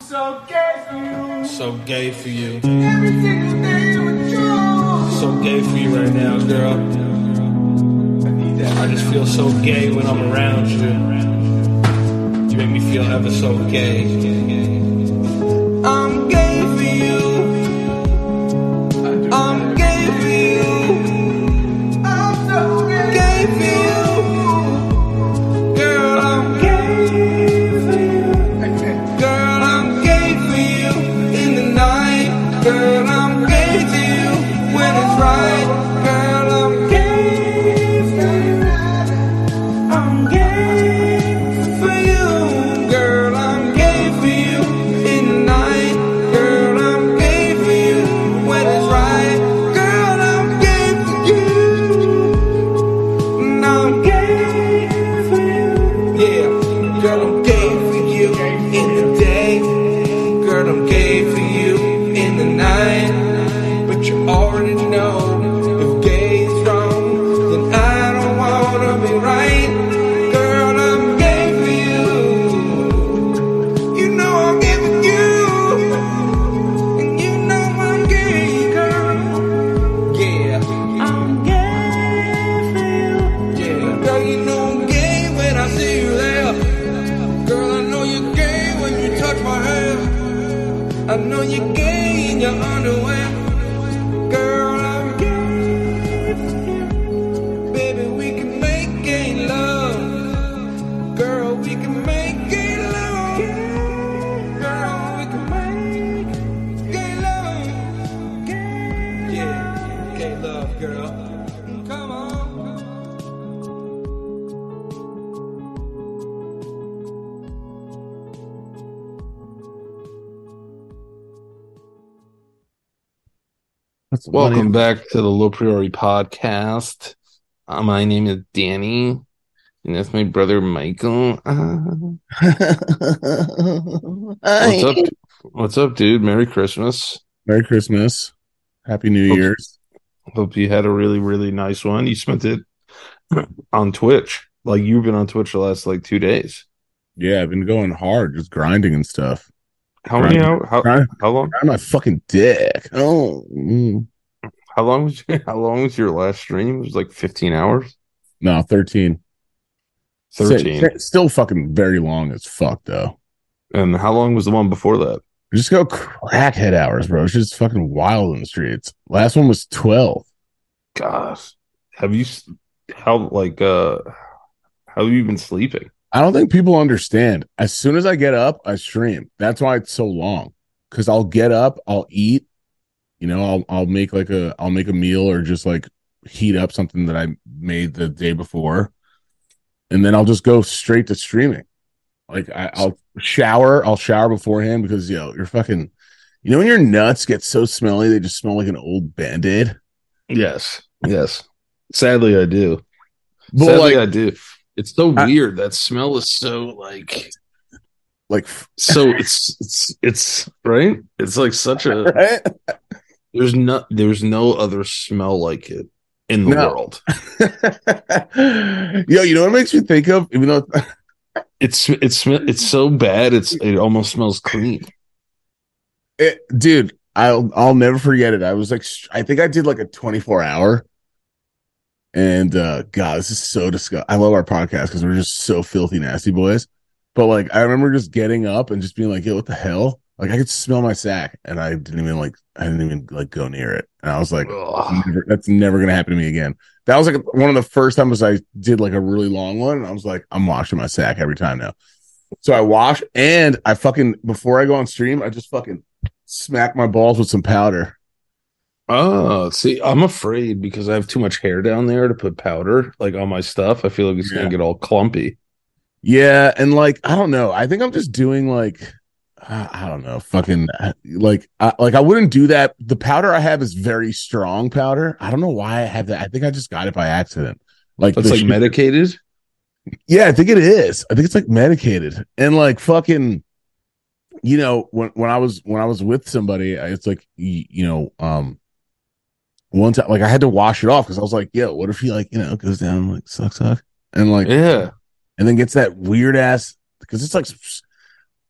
So gay for you. So gay for you. Every single day with you. So gay for you right now, girl. I need I that. just feel so gay when I'm around you. You make me feel ever so gay. I'm gay for you. I'm gay for you. I'm so gay, for you. Girl, I'm gay for you. Girl, I'm gay for you in the night. Girl, I'm gay to you when it's right. Girl, I'm gay for you. I'm gay for you. Girl, I'm gay for you in the night. Girl, I'm gay for you when it's right. Girl, I'm gay for you. And I'm gay for you. Yeah, girl, I'm gay for you in the day. Girl, I'm gay for you in the night. But you already know if gay is wrong, then I don't wanna be right. Girl, I'm gay for you. You know I'm gay for you. And you know I'm gay, girl. Yeah. I'm gay for you. Yeah, girl, you know I'm gay when I see you there. Girl, I know you're gay when you touch my hair. I know you're gay in your underwear. Girl, I'm gay. Baby, we can make gay love. Girl, we can make gay love. Girl, we can make gay love. Yeah, gay love, girl. Come on. That's Welcome funny. back to the Low Priori Podcast. Uh, my name is Danny, and that's my brother Michael. Uh, what's up? What's up, dude? Merry Christmas. Merry Christmas. Happy New Hope- Year's. Hope you had a really, really nice one. You spent it on Twitch. Like you've been on Twitch the last like two days. Yeah, I've been going hard, just grinding and stuff. How many? Right. How, how, Grind, how long? grind my fucking dick. Oh, mm. How long was your, how long was your last stream? It was like fifteen hours. no, 13. Sti- Thirteen. sti- still fucking very long as fuck, though. And how long was the one before that? Just go crackhead hours, bro. It's just fucking wild in the streets. Last one was 12. Gosh, have you s- how like uh how have you been sleeping? I don't think people understand. As soon as I get up, I stream. That's why it's so long. Cause I'll get up, I'll eat, you know, I'll I'll make like a I'll make a meal or just like heat up something that I made the day before. And then I'll just go straight to streaming. Like I, I'll shower, I'll shower beforehand because yo, you're fucking you know when your nuts get so smelly they just smell like an old band-aid? Yes, yes. Sadly, I do. But Sadly, like I do. It's so I- weird. That smell is so like like so. It's it's it's right. It's like such a. right? There's no there's no other smell like it in the No. world. Yo, you know what it makes me think of? Even though It's it's sm- it's so bad. It's it almost smells clean. it, dude i'll i'll never forget it i was like str- i think i did like a 24 hour and uh god this is so disgusting i love our podcast because we're just so filthy nasty boys but like i remember just getting up and just being like yo what the hell like i could smell my sack and i didn't even like i didn't even like go near it and i was like Ugh. never- that's never gonna happen to me again that was like one of the first times i did like a really long one and i was like i'm washing my sack every time now so i wash and i fucking before i go on stream i just fucking smack my balls with some powder Oh, see, I'm afraid because I have too much hair down there to put powder like on my stuff. I feel like it's Yeah. gonna get all clumpy. yeah and like i don't know i think i'm just doing like uh, i don't know fucking uh, like I, like i wouldn't do that the powder i have is very strong powder i don't know why i have that i think i just got it by accident like It's the like shit- medicated. Yeah, I think it is. I think it's like medicated and like fucking. You know, when when I was when I was with somebody, I- it's like y- you know, um, one time like I had to wash it off because I was like, yo, what if he like you know goes down like suck suck and like Yeah. and then gets that weird ass because it's like s-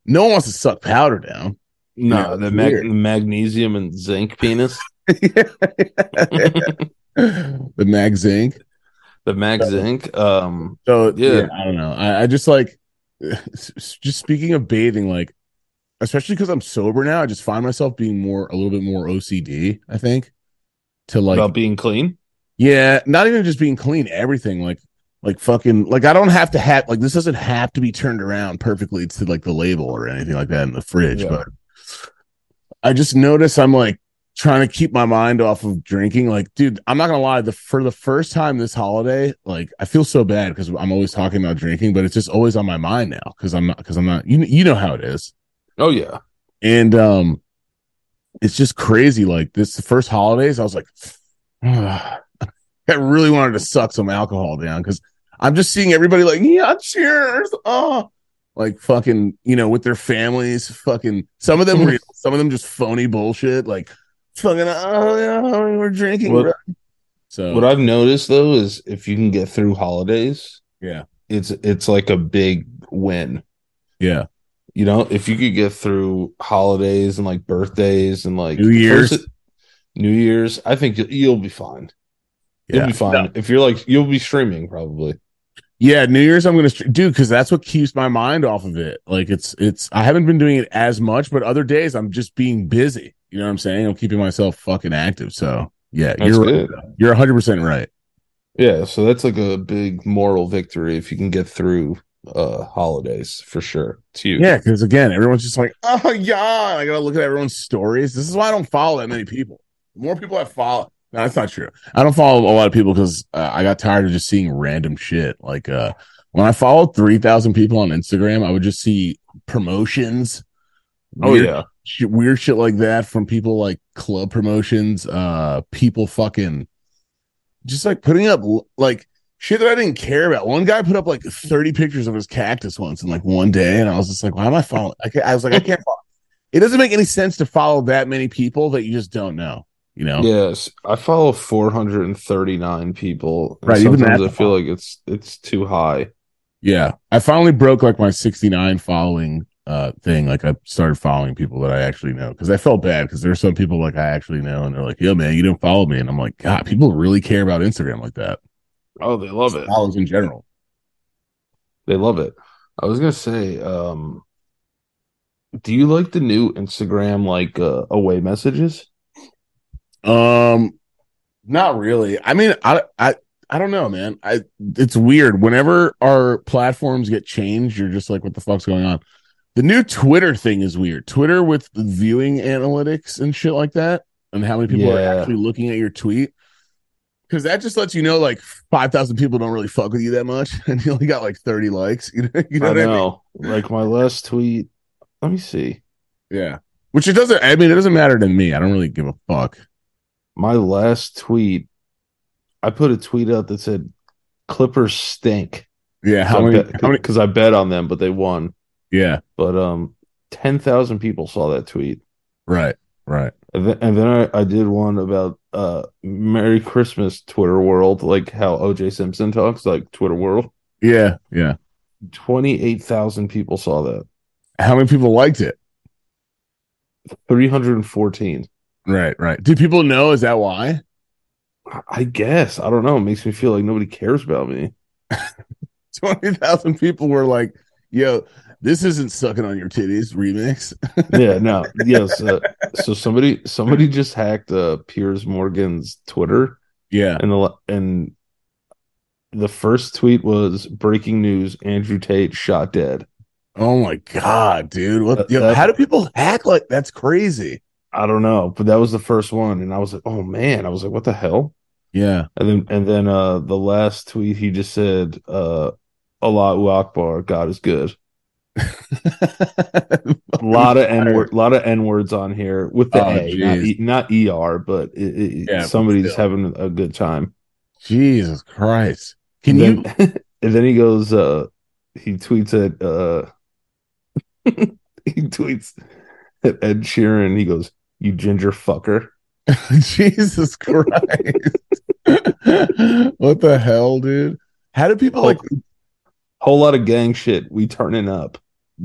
No one wants to suck powder down. No, Yeah, the, it's mag- weird. the magnesium and zinc penis. the mag zinc. The mag zinc. Um, So yeah. Yeah. I don't know. I, I just like s- s- just speaking of bathing, like especially because I'm sober now, I just find myself being more a little bit more OCD. I think to like about being clean. yeah, not even just being clean, everything like like fucking like I don't have to have like this doesn't have to be turned around perfectly to like the label or anything like that in the fridge, Yeah. but I just notice I'm like trying to keep my mind off of drinking. Like, dude, I'm not gonna lie, the for the first time this holiday, like I feel so bad because I'm always talking about drinking, but it's just always on my mind now because I'm not because I'm not you kn- you know how it is Oh yeah, and um it's just crazy like this the first holidays i was like i really wanted to suck some alcohol down because i'm just seeing everybody like yeah cheers oh like fucking you know with their families fucking some of them real some of them just phony bullshit like fucking oh yeah we're drinking What- bro." so What I've noticed though is if you can get through holidays, Yeah. it's it's like a big win. yeah You know, if you could get through holidays and like birthdays and like New Year's. first- New Year's, I think you'll, you'll be fine. Yeah. You'll be fine if you're like you'll be streaming probably. yeah new year's i'm gonna str- do because that's what keeps my mind off of it like it's it's i haven't been doing it as much but other days i'm just being busy you know what i'm saying i'm keeping myself fucking active so yeah That's you're good. you're 100% right Yeah, so that's like a big moral victory if you can get through uh holidays for sure. It's huge. yeah because again everyone's just like oh yeah i gotta look at everyone's stories this is why i don't follow that many people The more people i follow no that's not true i don't follow a lot of people because uh, i got tired of just seeing random shit like uh when i followed 3000 people on instagram i would just see promotions Oh weird yeah. shit, weird shit like that from people like club promotions, uh, people fucking just like putting up like shit that I didn't care about. One guy put up like 30 pictures of his cactus once in like one day, and I was just like, why am I following? I, can't, I was like, I can't follow. It doesn't make any sense to follow that many people that you just don't know, you know? Yes, I follow 439 people. and Right, even sometimes I that's a feel like it's it's too high. Yeah. I finally broke like my 69 following uh thing. Like I started following people that I actually know because I felt bad because there's some people like I actually know and they're like, yo, man, you don't follow me. And I'm like, God, people really care about Instagram like that. Oh, they love it. Follows in general. They love it. I was gonna say, um, do you like the new Instagram like uh, away messages? Um not really. I mean, I I I don't know, man. I it's weird. Whenever our platforms get changed, you're just like, what the fuck's going on? The new Twitter thing is weird. Twitter with viewing analytics and shit like that, and how many people Yeah. are actually looking at your tweet. Because that just lets you know, like five thousand people don't really fuck with you that much, and you only got like thirty likes. You know, you know I what I mean? know. Like my last tweet. Let me see. Yeah. Which it doesn't. I mean, it doesn't matter to me. I don't really give a fuck. My last tweet. I put a tweet out that said, "Clippers stink." Yeah. How many? How many? Because I bet on them, but they won. Yeah. But um, ten thousand people saw that tweet. Right. Right. And then, and then I, I did one about uh Merry Christmas Twitter world, like how OJ Simpson talks, like Twitter world. Yeah. Yeah. 28,000 people saw that. how many people liked it 314. right right do people know is that why I- I guess. I don't know. It makes me feel like nobody cares about me. 20000 people were like yo this isn't sucking on your titties remix Yeah, no. Yes. Uh, so somebody somebody just hacked uh Piers Morgan's Twitter yeah and the la- and the first tweet was breaking news Andrew Tate shot dead. oh my god dude what That- yo, that- how do people hack like that's crazy I don't know, but that was the first one and I was like, "Oh man." I was like, "What the hell?" yeah And then and then uh the last tweet he just said uh Allahu Akbar, God is good. A lot of N word lot of N words on here with the Oh, A, not, geez. e, not ER, but it, it, Yeah, but somebody's still. having a good time. jesus christ can And you then, and then he goes uh he tweets at uh he tweets at Ed Sheeran, he goes, You ginger fucker. jesus christ what the hell dude how do people like Whole lot of gang shit, we turning up.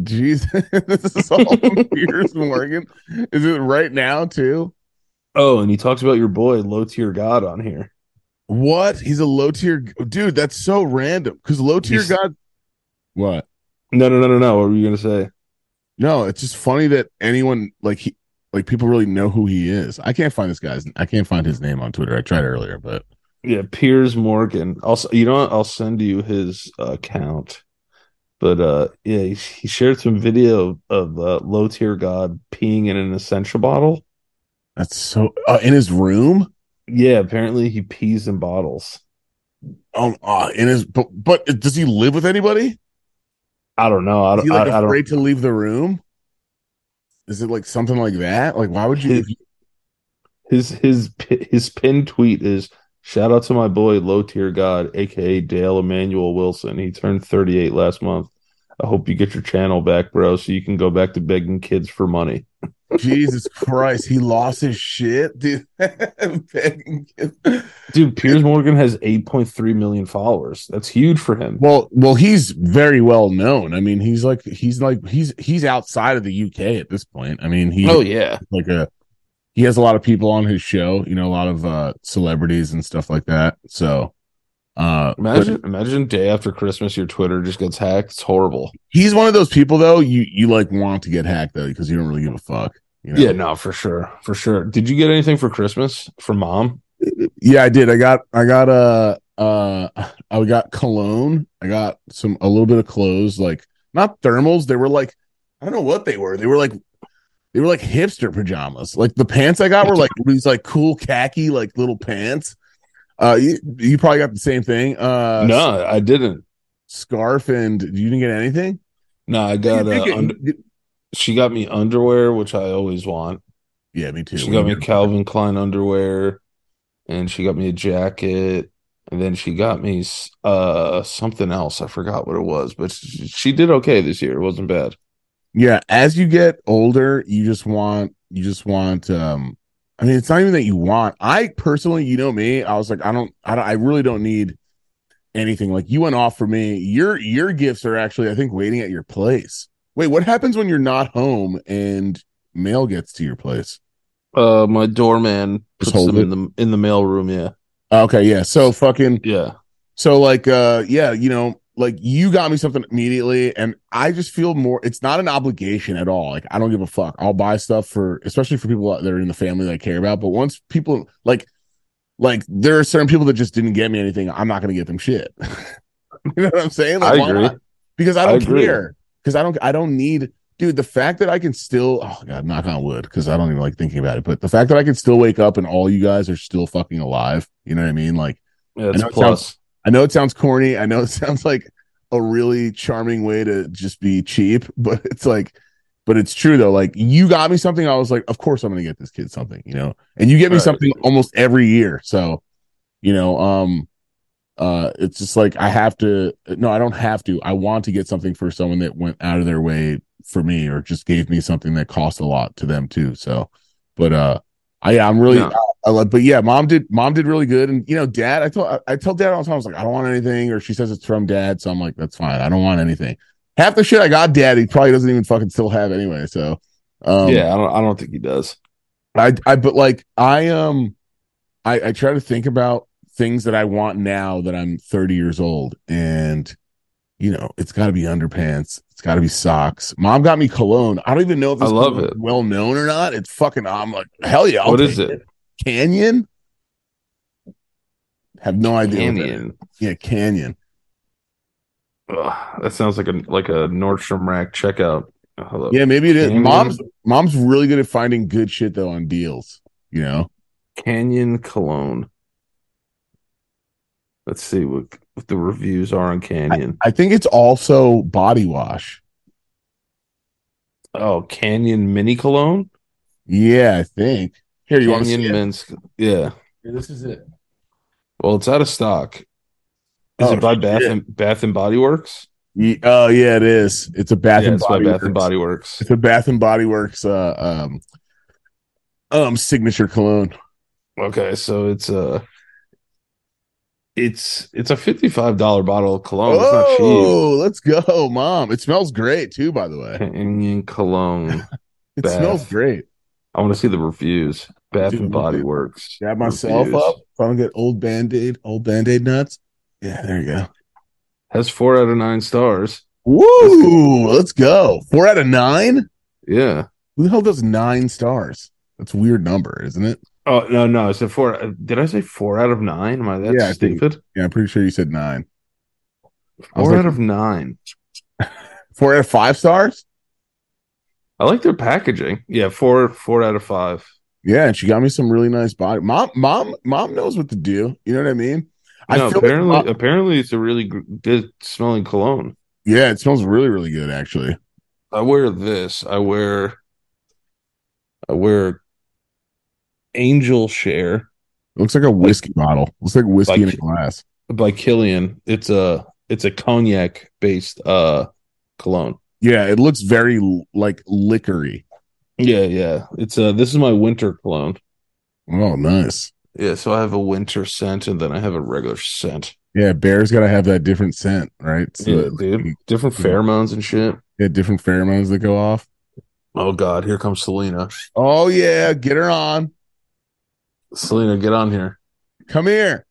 Jesus, this is all from Piers Morgan. Is it right now too? Oh, and he talks about your boy Low Tier God on here. What? He's a low tier dude. That's so random. Because low tier He's- god. What? No, no, no, no, no. What were you gonna say? No, it's just funny that anyone like he like people really know who he is. I can't find this guy's. I can't find his name on Twitter. I tried earlier, but Yeah, Piers Morgan. Also, you know what? I'll send you his account. But uh yeah, he, he shared some video of uh, Low Tier God peeing in an essential bottle. that's so uh, in his room. Yeah, apparently he pees in bottles. Um, uh, in his but, but does he live with anybody? I don't know. I Is don't. he like I, I don't. afraid to leave the room? Is it like something like that? Like why would you? if you- His his pi- his pin tweet is shout out to my boy Low Tier God, aka Dale Emanuel Wilson. He turned 38 last month. I hope you get your channel back, bro, so you can go back to begging kids for money. Jesus Christ, he lost his shit, dude. Dude, Piers Morgan has 8.3 million followers. That's huge for him. well, well, he's very well known. I mean, he's like he's like he's he's outside of the UK at this point. I mean, he Oh yeah. like a he has a lot of people on his show, you know, a lot of uh celebrities and stuff like that. So uh but Imagine imagine day after Christmas your Twitter just gets hacked. It's horrible. he's one of those people though you you like want to get hacked though because you don't really give a fuck. You know? Yeah, no, for sure. For sure. Did you get anything for Christmas from mom? Yeah, I did. I got I got uh uh I got cologne. I got some a little bit of clothes, like not thermals. They were like I don't know what they were. They were like they were like hipster pajamas. Like the pants I got were like these like cool khaki like little pants. Uh you, you probably got the same thing. Uh no, I didn't. scarf and you didn't get anything? No, I got You uh, get- under- she got me underwear, which I always want. yeah, me too. She got me Calvin Klein underwear, and she got me a jacket, and then she got me s- uh something else. I forgot what it was, but sh- she did okay this year. It wasn't bad. yeah as you get older you just want you just want um i mean it's not even that you want i personally you know me i was like i don't i don't i really don't need anything like you went off for me your your gifts are actually i think waiting at your place wait what happens when you're not home and mail gets to your place Uh, my doorman Just puts them hold in the in the mail room. Yeah, okay yeah so fucking yeah. So like uh yeah, you know, like you got me something immediately and I just feel more it's not an obligation at all. Like I don't give a fuck. I'll buy stuff for especially for people that are in the family that I care about, but once people like like there are certain people that just didn't get me anything, I'm not going to get them shit. you know what I'm saying? Like I why agree. not? Because I I don't agree. care. Cuz I don't I don't need dude, the fact that I can still oh god, knock on wood cuz I don't even like thinking about it, but the fact that I can still wake up and all you guys are still fucking alive, you know what I mean? Like Yeah, it's know a it sounds- plus. I know it sounds corny. I know it sounds like a really charming way to just be cheap, but it's like, but it's true though. Like you got me something, I was like, of course I'm gonna get this kid something, you know. And you get me Right. something almost every year, so you know, um, uh, it's just like I have to. No, I don't have to. I want to get something for someone that went out of their way for me, or just gave me something that cost a lot to them too. So, but uh, I yeah, I'm really No. I love, but yeah, mom did mom did really good, and you know, dad. I told I, I tell dad all the time. I was like, I don't want anything, or she says it's from dad, so I'm like, that's fine. I don't want anything. Half the shit I got, dad, he probably doesn't even fucking still have anyway. So, um, yeah, I don't. I don't think he does. I, I, but like, I, um, I, I try to think about things that I want now that I'm 30 years old, and you know, it's got to be underpants, it's got to be socks. Mom got me cologne. I don't even know if I this love cologne's it. well known or not. It's fucking. I'm like, hell yeah. I'll What take is it? Canyon? Have no idea. what that is. Canyon. Yeah, Canyon. Ugh, that sounds like a like a Nordstrom rack checkout. Oh, Hold up. Yeah, maybe it is. Canyon. Mom's mom's really good at finding good shit though on deals. You know, Canyon Cologne. Let's see what, what the reviews are on Canyon. I think it's also body wash. oh, Canyon Mini Cologne? Yeah, I think. Here, you want to see Canyon it? Minsk. Yeah. this is it. Well, it's out of stock. Is Oh, it by Bath shit. and Bath and Body Works? Ye- Oh yeah, it is. It's a Bath yeah, and it's Body. by Bath and Works. Body Works. It's a Bath and Body Works. Uh, um, um, signature cologne. Okay, so it's uh It's it's a fifty five dollar bottle of cologne. It's not cheap. oh, let's go, mom. It smells great too, by the way. Canyon cologne. It Bath. smells great. I want to see the reviews. Bath Dude, and Body Works. Grab myself Reviews. up. If I don't get old band aid, old band aid nuts. Yeah, there you go. Has four out of nine stars. Woo! Let's go. Four out of nine. Yeah. Who the hell does nine stars? That's a weird number, isn't it? Oh no no! I said four. Did I say four out of nine? Am I that Yeah, I think- stupid? Yeah, I'm pretty sure you said nine. I was Four like- out of nine. Four out of five stars. I like their packaging. Yeah, four four out of five. Yeah, and she got me some really nice body. Mom, mom, mom knows what to do. You know what I mean? No, I feel like apparently mom- apparently it's a really gr- good smelling cologne. yeah, it smells really, really good actually. I wear this. I wear I wear Angel Share looks like a whiskey bottle. Looks like whiskey Like- in a glass. by Killian. It's a it's a cognac based uh cologne. Yeah, it looks very l- like liquory. Yeah, yeah. It's uh this is my winter cologne. Oh, nice. Yeah, so I have a winter scent and then I have a regular scent. Yeah, bears got to have that different scent, right? So Yeah, that- dude. Different pheromones and shit. yeah, different pheromones that go off. Oh god, here comes Selena. Oh yeah, get her on. Selena, get on here. Come here.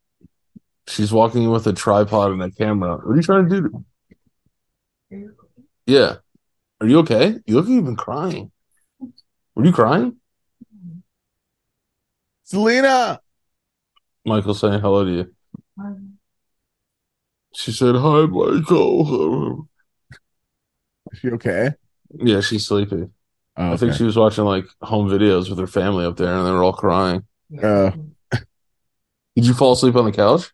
She's walking with a tripod and a camera. What are you trying to do? Yeah. Are you okay? You look like you've been crying. Were you crying? Selena. Michael saying hello to you. She said, Hi, Michael. Is she okay? Yeah, she's sleepy. Oh, I think okay. she was watching like home videos with her family up there and they were all crying. Uh, Did you fall asleep on the couch?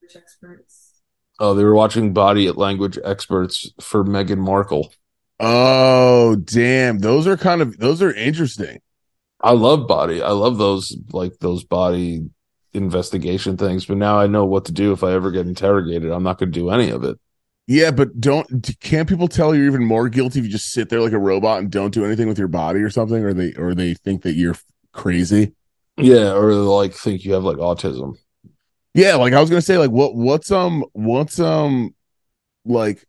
Which experts? Oh, they were watching Body Language Experts for Meghan Markle. oh, damn. Those are kind of those are interesting. I love body. I love those like those body investigation things. But now I know what to do if I ever get interrogated. I'm not going to do any of it. Yeah, but don't d- can't people tell you're even more guilty if you just sit there like a robot and don't do anything with your body or something, or they or they think that you're crazy. Yeah, or like think you have like autism. Yeah, like I was gonna say, like what what's um what's um like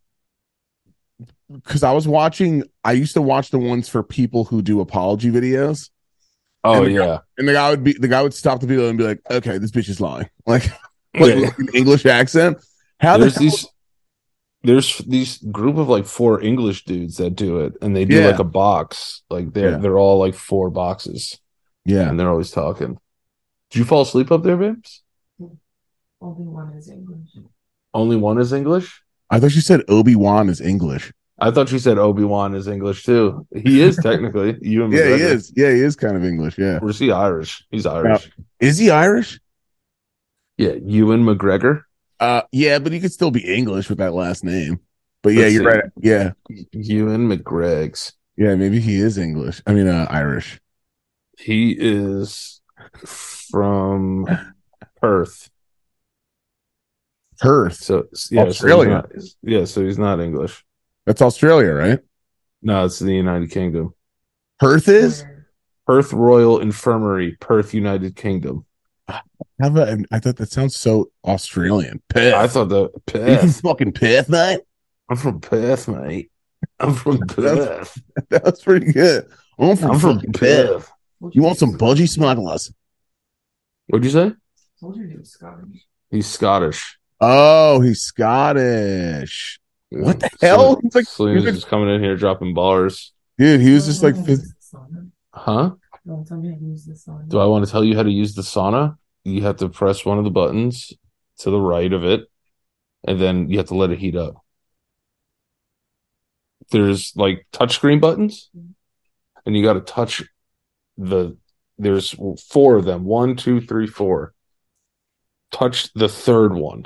because I was watching I used to watch the ones for people who do apology videos. Oh And the- yeah, And the guy would be the guy would stop the video and be like, "Okay, this bitch is lying." Like, like yeah. an English accent. How the There's hell, these. There's these group of like four English dudes that do it, and they do Yeah. like a box. Like they're Yeah. they're all like four boxes, Yeah, and they're always talking. Did you fall asleep up there, Babes? Only one is English. Only one is English. I thought you said Obi Wan is English. I thought you said Obi Wan is English too. He is technically. You and Yeah, he McGregor. is. Yeah, he is kind of English. Yeah, Or is he Irish? He's Irish. is he Irish? Yeah, Ewan McGregor. Uh, yeah, but he could still be English with that last name. But yeah, Let's you're see. right. Yeah, Ewan McGreg's. yeah, maybe he is English. I mean, uh, Irish. He is from Perth. Perth. So yeah, Australia. So he's not, yeah, so he's not English. That's Australia, right? No, it's the United Kingdom. Perth is. Where- Perth Royal Infirmary, Perth, United Kingdom. How about? I thought that sounds so Australian. Perth. I thought that you from Perth. fucking Perth, mate. I'm from Perth, mate. I'm from Perth. That was pretty good. I'm from, I'm from fucking Perth. Perth. told You he want was some Scottish. budgie smugglers? What'd you say? Told you he was Scottish. He's Scottish. Oh, he's Scottish. What the hell? He's like- Selena's he's like- just coming in here dropping bars. Dude, he was just like, phys- Huh? Don't tell me I use this on. Do I want to tell you how to use the sauna? You have to press one of the buttons to the right of it, and then you have to let it heat up. There's like touchscreen buttons, and you got to touch the. There's four of them. One, two, three, four. Touch the third one,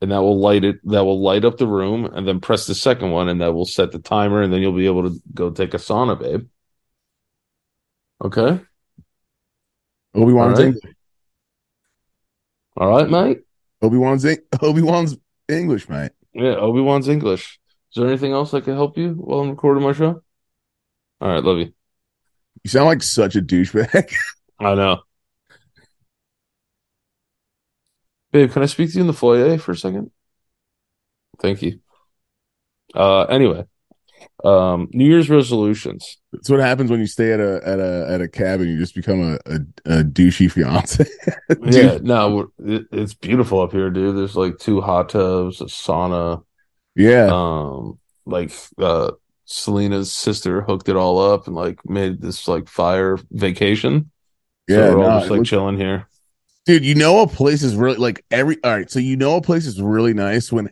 and that will light it. That will light up the room, and then press the second one, and that will set the timer, and then you'll be able to go take a sauna, babe. Okay. Obi Wan's Alright. English. All right, mate. Obi Wan's Eng- Obi Wan's English, mate. Yeah, Obi Wan's English. Is there anything else I can help you while I'm recording my show? All right, love you. You sound like such a douchebag. I know. Babe, can I speak to you in the foyer for a second? Thank you. Uh, anyway, um, New Year's resolutions. That's what happens when you stay at a at a at a cabin. You just become a a, a douchey fiance. Yeah, no, we're- it, it's beautiful up here, dude. There's like two hot tubs, a sauna. yeah, Um, like uh, Selena's sister hooked it all up and like made this like fire vacation. So yeah. we're all nah, just it like looks- chilling here. dude, you know a place is really like every. All right, so you know a place is really nice when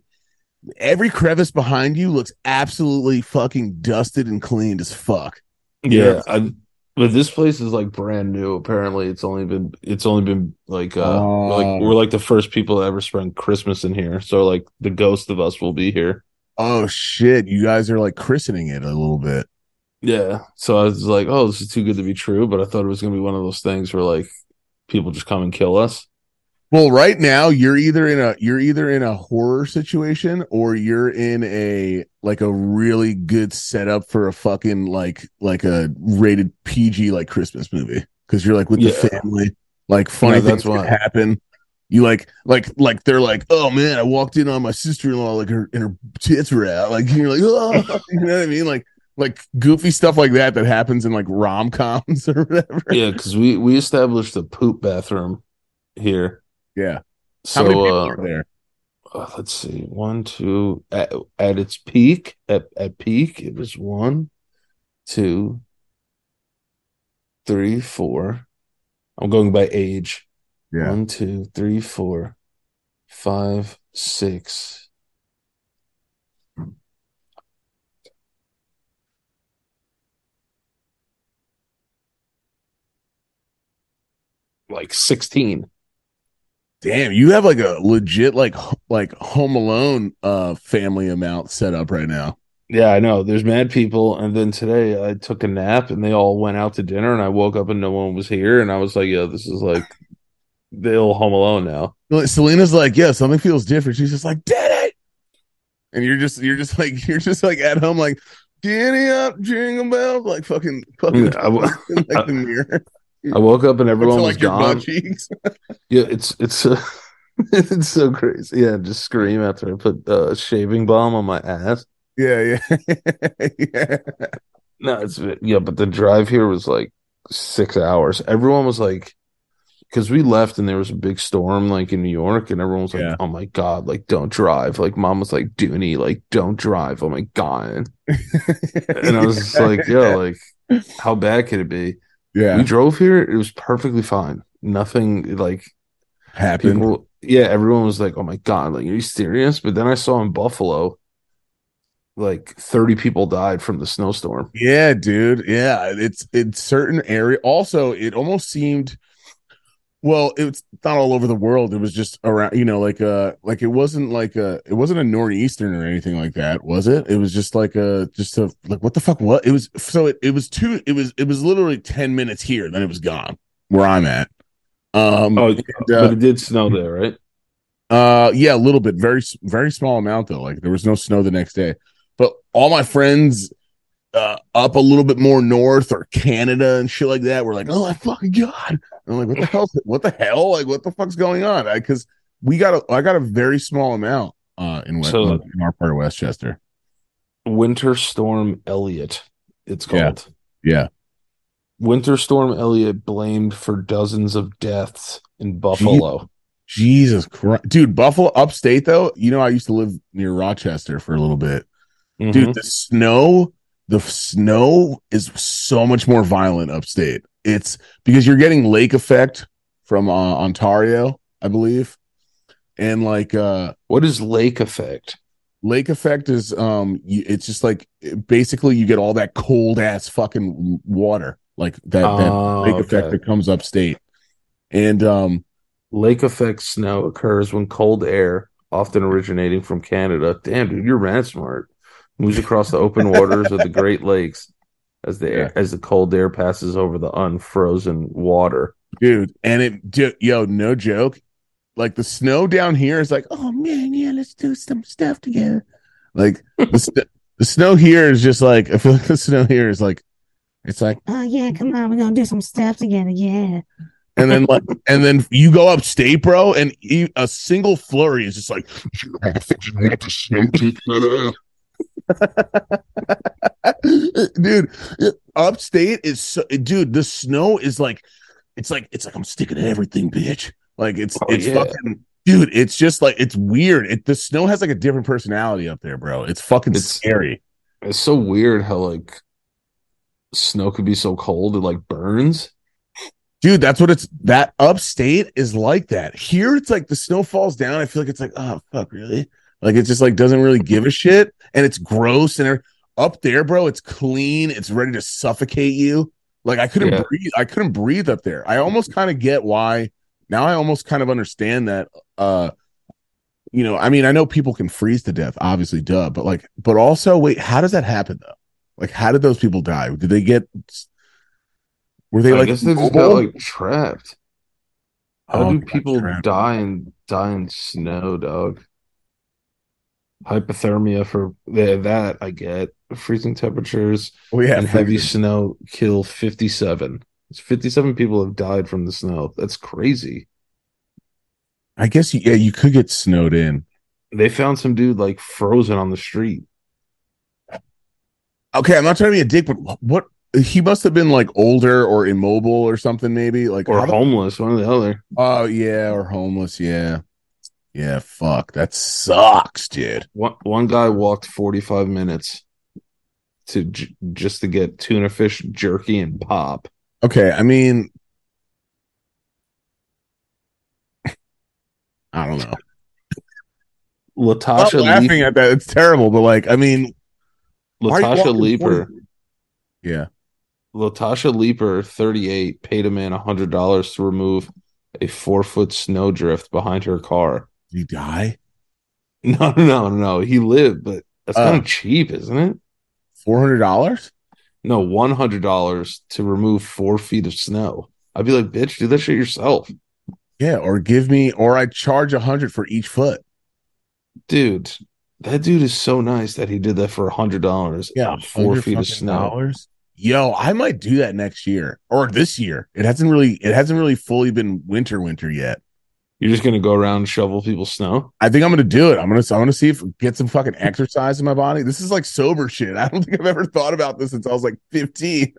every crevice behind you looks absolutely fucking dusted and cleaned as fuck. Yeah, I, but this place is like brand new. Apparently, it's only been it's only been like uh we're Oh. like we're like the first people to ever spend Christmas in here. So like the ghost of us will be here. Oh shit, you guys are like christening it a little bit. Yeah. So I was like, oh, this is too good to be true. But I thought it was gonna be one of those things where like people just come and kill us. Well, right now you're either in a you're either in a horror situation or you're in a like a really good setup for a fucking like like a rated PG like Christmas movie because you're like with Yeah. the family, like funny No, that's things could why. happen. You like like like they're like, oh man, I walked in on my sister in law like her and her tits were out. Like you're like, oh, you know what I mean? Like like goofy stuff like that that happens in like rom coms or whatever. Yeah, because we we established the poop bathroom here. Yeah. How So many people uh, are there? uh, let's see one two at, at its peak at, at peak it was one two three four i'm going by age Yeah. one two three four five six like 16 Damn, you have like a legit like h- like Home Alone uh family amount set up right now. Yeah, I know. There's mad people. And then today I took a nap and they all went out to dinner and I woke up and no one was here. And I was like, yo, this is like the old home alone now. Like, Selena's like, yeah, something feels different. She's just like, did it? And you're just you're just like you're just like at home like giddy up, jingle bells, like fucking fucking I, w- in, like the mirror I woke up and Uh, everyone to was like your gone. butt cheeks. Yeah, it's it's uh, it's so crazy. Yeah, just scream after I put uh, shaving balm on my ass. Yeah, yeah, yeah. No, it's yeah, but the drive here was like six hours. Everyone was like, because we left and there was a big storm like in New York, and everyone was like, Yeah. "Oh my god, like don't drive!" Like mom was like, "Dooney, like don't drive!" Oh my god, and I was just like, "Yo, like how bad could it be?" We yeah, drove here; it was perfectly fine. Nothing like happened. people. Yeah, everyone was like, "Oh my god, like are you serious?" But then I saw in Buffalo, like thirty people died from the snowstorm. Yeah, dude. Yeah, it's it's certain area. Also, it almost seemed well, it's not all over the world. It was just around, you know, like uh like it wasn't like a it wasn't a northeastern or anything like that, was it? It was just like a just a like what the fuck what? It was so it, it was two it was it was literally 10 minutes here then it was gone where I'm at. Um Oh, and, uh, but it did snow there, right? uh, yeah, a little bit, very s- very small amount though. Like there was no snow the next day, but all my friends uh, up a little bit more north or Canada and shit like that were like, "Oh my fucking god!" And I'm like, "What the hell? What the hell? Like what the fuck's going on?" Because we got a I got a very small amount uh in West, So- in our part of Westchester. Winter Storm Elliot, it's Yeah. called. Yeah. Winter Storm Elliot blamed for dozens of deaths in Buffalo. Jesus Christ, dude! Buffalo upstate though, you know I used to live near Rochester for a little bit. Mhm. dude the snow the f- snow is so much more violent upstate it's because you're getting lake effect from uh, ontario i believe and like uh What is lake effect? lake effect is um you, it's just like it- basically you get all that cold ass fucking w- water like that that Oh, lake okay. effect that comes upstate and um Lake effect snow occurs when cold air, often originating from Canada. Damn, dude, you're mad smart. Moves across the open waters of the Great Lakes as the air, as the cold air passes over the unfrozen water. dude and it ju- yo no joke like the snow down here is like oh man yeah let's do some stuff together like the, st- the snow here is just like i feel like the snow here is like it's like Oh yeah, come on, we're gonna do some stuff together, yeah. and then like, and then you go upstate, bro, and you, a single flurry is just like, I fucking want the snow to that dude, upstate is so, dude. The snow is like, it's like it's like I'm sticking to everything, bitch. Like it's Oh, it's yeah. fucking. Dude, it's just like it's weird. It the snow has like a different personality up there, bro. It's fucking It's- scary. It's so weird how like snow could be so cold it like burns. Dude, that's what it's that upstate is like that. Here it's like the snow falls down. I feel like it's like, oh fuck, really? Like it just like doesn't really give a shit. And it's gross and every- up there, bro, it's clean, it's ready to suffocate you. Like I couldn't Yeah. Mm-hmm. breathe. I couldn't breathe up there. I almost kind of get why now I almost kind of understand that uh you know, I mean, I know people can freeze to death, obviously, duh, but like, but also, wait, how does that happen though? Like, how did those people die? Did they get, were they I like, guess they just got mobile? like trapped. How Oh, do God, people crap. die in die in snow, dog? Hypothermia for yeah, that I get. Freezing temperatures We have and heavy snow kill fifty seven. Fifty seven people have died from the snow. That's crazy. I guess you, yeah, you could get snowed in. They found some dude like frozen on the street. Okay, I'm not trying to be a dick, but wh- what he must have been like older or immobile or something, maybe like Or how the- homeless, one or the other. Oh yeah, or homeless. Yeah, yeah. Fuck, that sucks, dude. One one guy walked forty five minutes to j- just to get tuna fish jerky and pop. Okay, I mean, I don't know. Stop Latasha laughing Leaf- at that. It's terrible, but like, I mean, why are you Latasha walking Leaper. forward? Yeah. Latasha Leaper, 38, paid a man $100 to remove a four foot snowdrift behind her car. Did he die? No, no, no. He lived, but that's Oh. kind of cheap, isn't it? Four hundred dollars? No, $100 to remove four feet of snow. I'd be like, bitch, do that shit yourself. Yeah, or give me, or I charge a hundred for each foot. Dude, that dude is so nice that he did that for $100. on four 100 feet of fucking snow. dollars? Yo, I might do that next year or this year. It hasn't really, it hasn't really fully been winter, winter yet. You're just going to go around and shovel people's snow? I think I'm gonna do it. I'm gonna, I want to see if get some fucking exercise in my body. This is like sober shit. I don't think I've ever thought about this since I was like 15.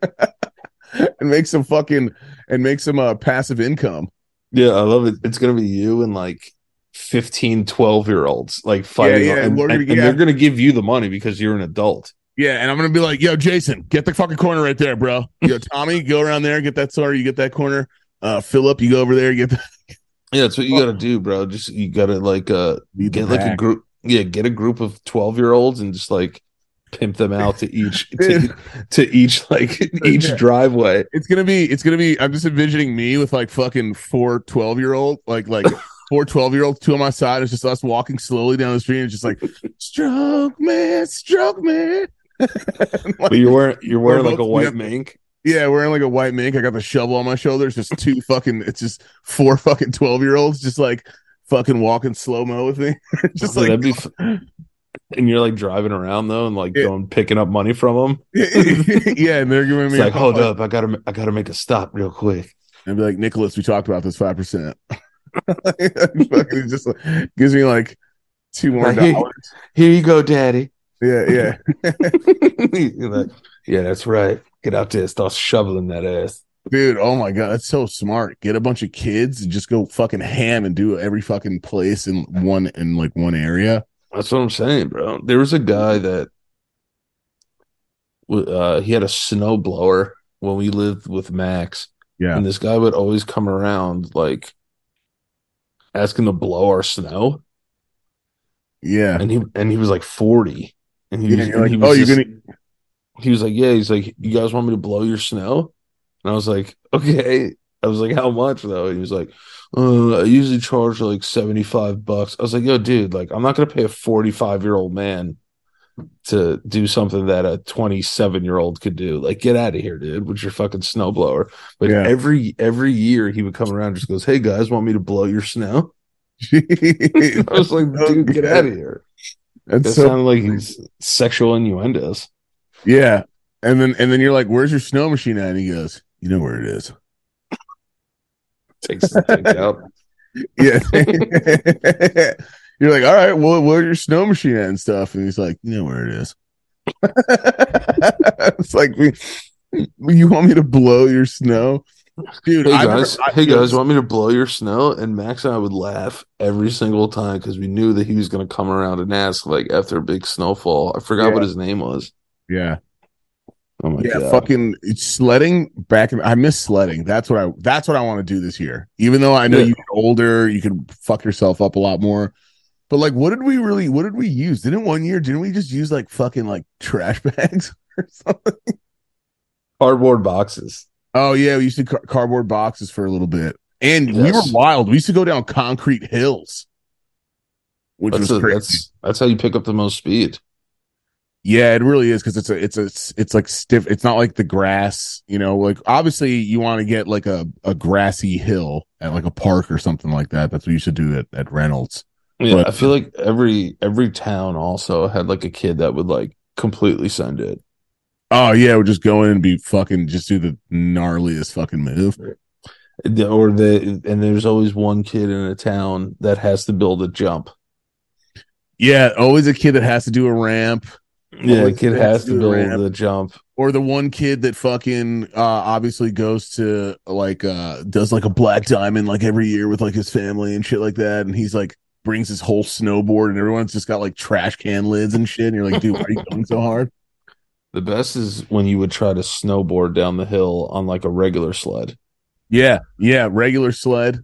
and make some fucking and make some uh, passive income. Yeah, I love it. It's gonna be you and like 15, 12 year olds like fighting yeah, and, we're gonna- and- and yeah. they're gonna give you the money because you're an adult. Yeah, and I'm gonna be like, yo, Jason, get the fucking corner right there, bro. Yo, Tommy, go around there, get that sorry, you get that corner. Uh, Philip, you go over there, get the, Yeah, that's what you gotta do, bro. Just you gotta like uh Lead the get like a pack. group yeah, get a group of 12 year olds and just like pimp them out to each Dude. to, to each like each Yeah. driveway. It's gonna be it's gonna be I'm just envisioning me with like fucking four 12 year old like like four 12 year olds, two on my side. It's just us walking slowly down the street and it's just like stroke man, stroke man. And, like, But you're wearing you're wearing like a both- white yeah. mink. yeah, wearing like a white mink. I got the shovel on my shoulders, just two fucking it's just four fucking 12 year olds just like fucking walking slow-mo with me. just So like that'd be f- and you're like driving around though and like Yeah. going picking up money from them. yeah, and they're giving It's me like, a hold hug. up, I gotta I gotta make a stop real quick. and be like, Nicholas, we talked about this five percent. Fucking just like, gives me like two more I hear- dollars. Here you go, daddy. Yeah, yeah. You're like, yeah, that's right. Get out there, and start shoveling that ass. Dude, oh my god, that's so smart. Get a bunch of kids and just go fucking ham and do every fucking place in one in like one area. That's what I'm saying, bro. There was a guy that w- uh, he had a snow blower when we lived with Max. Yeah. And this guy would always come around like asking to blow our snow. Yeah. And he and he was like 40. And he Yeah, was, you're like, and he oh, was you're just- gonna he was like, Yeah, he's like, You guys want me to blow your snow? And I was like, Okay. I was like, How much though? And he was like, uh, I usually charge like 75 bucks. I was like, Yo, dude, like, I'm not gonna pay a 45 year old man to do something that a 27 year old could do. Like, get out of here, dude, with your fucking snowblower. But Yeah. every every year he would come around and just goes, Hey guys, want me to blow your snow? I was like, dude, get out of here. That that's so sounded like he's sexual innuendos. yeah. And then and then you're like, Where's your snow machine at? And he goes, You know where it is. Takes the stink out. Yeah. You're like, all right, well, where's your snow machine at and stuff? And he's like, you know where it is. it's like, we, you want me to blow your snow? Dude, Hey I never- guys, I- hey guys, want me to blow your snow? And Max and I would laugh every single time because we knew that he was going to come around and ask, like after a big snowfall. I forgot Yeah. what his name was. yeah, Oh my yeah, god! fucking it's sledding back. In, I miss sledding. That's what I. That's what I want to do this year. Even though I know Yeah. you get older, you can fuck yourself up a lot more. But like, what did we really? What did we use? Didn't one year? Didn't we just use like fucking like trash bags or something? Cardboard boxes. Oh yeah, we used to car- cardboard boxes for a little bit, and we were Yes. wild. We used to go down concrete hills, which That's was a- crazy. that's that's how you pick up the most speed. Yeah, it really is because it's a it's a s- it's like stiff. It's not like the grass, you know. Like obviously, you want to get like a a grassy hill at like a park or something like that. That's what you should do at, at Reynolds. Yeah, But- I feel like every every town also had like a kid that would like completely send it. Oh yeah, we'll just go in and be fucking just do the gnarliest fucking move. The- Or the and there's always one kid in a town that has to build a jump. Yeah, always a kid that has to do a ramp. Yeah, the Always kid has to do a build ramp. the jump. or the one kid that fucking uh obviously goes to like uh does like a black diamond like every year with like his family and shit like that and he's like brings his whole snowboard and everyone's just got like trash can lids and shit and you're like dude why are you going so hard The best is when you would try to snowboard down the hill on like a regular sled. yeah yeah regular sled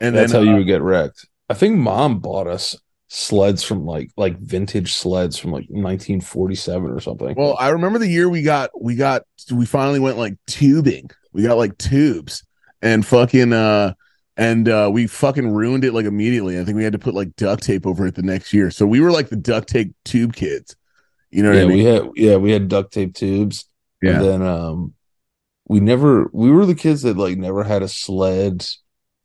and That's then how uh, you would get wrecked. I think mom bought us sleds from like like vintage sleds from like 1947 or something. well i remember the year we got we got we finally went like tubing we got like tubes and fucking uh and uh we fucking ruined it like immediately i think we had to put like duct tape over it the next year so we were like the duct tape tube kids you know what yeah, i mean we had yeah, we had duct tape tubes. Yeah. And then um we never we were the kids that like never had a sled.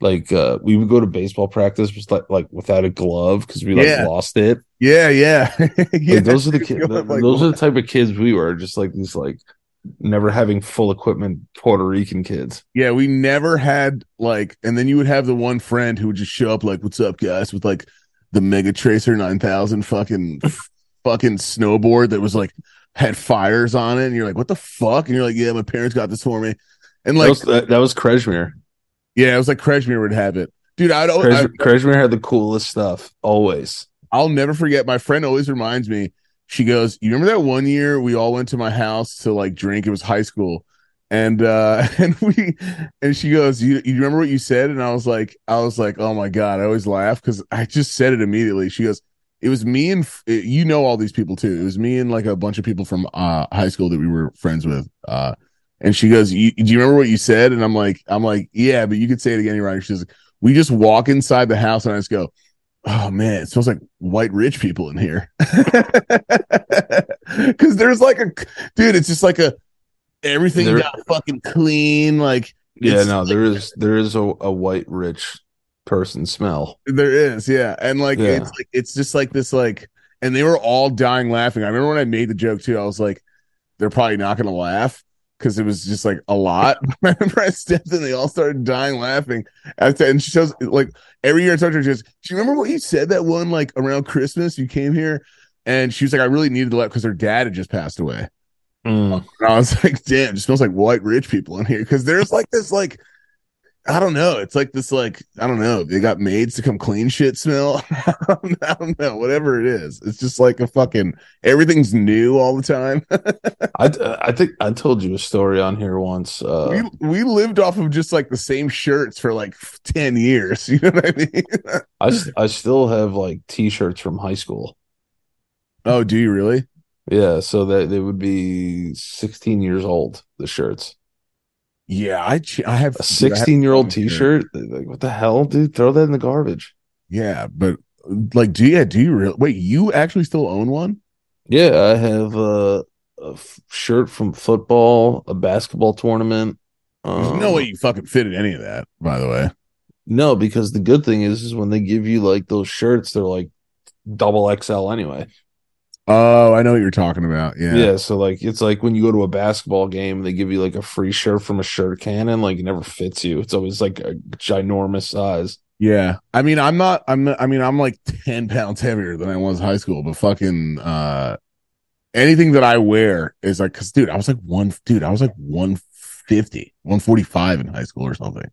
Like uh we would go to baseball practice just like like without a glove because we like Yeah. lost it. yeah yeah, yeah. Like, those are the You kids. know, like, those are the type of kids we were. Just like these, like never having full equipment Puerto Rican kids. yeah we never had like and then you would have the one friend who would just show up like what's up guys with like the mega tracer 9000 fucking fucking snowboard that was like had fires on it and you're like what the fuck and you're like yeah my parents got this for me and that like was, that, that was Kreshmir. yeah it was like Kreshmir would have it dude I'd, al- Kresh, Oh, I, Kreshmir had the coolest stuff always. I'll never forget. My friend always reminds me. She goes, "You remember that one year we all went to my house to like drink? It was high school, and uh, and we and she goes, you, you remember what you said?" And I was like, I was like, "Oh my god!" I always laugh because I just said it immediately. She goes, "It was me and f- you know all these people too. It was me and like a bunch of people from uh, high school that we were friends with." Uh, and she goes, you, "Do you remember what you said?" And I'm like, "I'm like, yeah, but you could say it again, you're right." She's like, "We just walk inside the house and I just go." oh man, it smells like white rich people in here. Cause there's like a dude, it's just like a everything There- got fucking clean. Like Yeah, It's no, there is there is a, a white rich person smell. there is, yeah. And like Yeah. it's like it's just like this like and they were all dying laughing. I remember when I made the joke too, I was like, they're probably not gonna laugh because it was just like a lot. I remember I stepped in, they all started dying laughing. I said- and she shows like every year I talk to her, she goes, Do you remember what you said that one like around Christmas? You came here and she was like, I really needed to laugh because her dad had just passed away. Mm. And I was like, damn, it smells like white rich people in here. Cause there's like this, like, I don't know. It's like this, like, I don't know. They got maids to come clean shit smell. I, don't, I don't know. Whatever it is. It's just like a fucking, everything's new all the time. I I think I told you a story on here once. Uh, we, we lived off of just like the same shirts for like 10 years. You know what I mean? I s- I still have like T-shirts from high school. oh, do you really? Yeah, so that they would be 16 years old. The shirts. Yeah. I, ch- I have a dude, I have 16 year old fucking t shirt. shirt. Like, what the hell, dude? Throw that in the garbage. Yeah. But like, do you, yeah, do you really? Wait, you actually still own one? Yeah, I have uh, a f- shirt from football, a basketball tournament. There's Um, no way you fucking fitted any of that, by the way. No, because the good thing is, is when they give you like those shirts, they're like double XL anyway. Oh, I know what you're talking about. Yeah. Yeah. so like it's like when you go to a basketball game, they give you like a free shirt from a shirt cannon, like it never fits you. It's always like a ginormous size. Yeah. I mean, I'm not I'm I mean, I'm like 10 pounds heavier than I was in high school, but fucking uh anything that I wear is like cuz dude, I was like one dude, I was like 150, 145 in high school or something.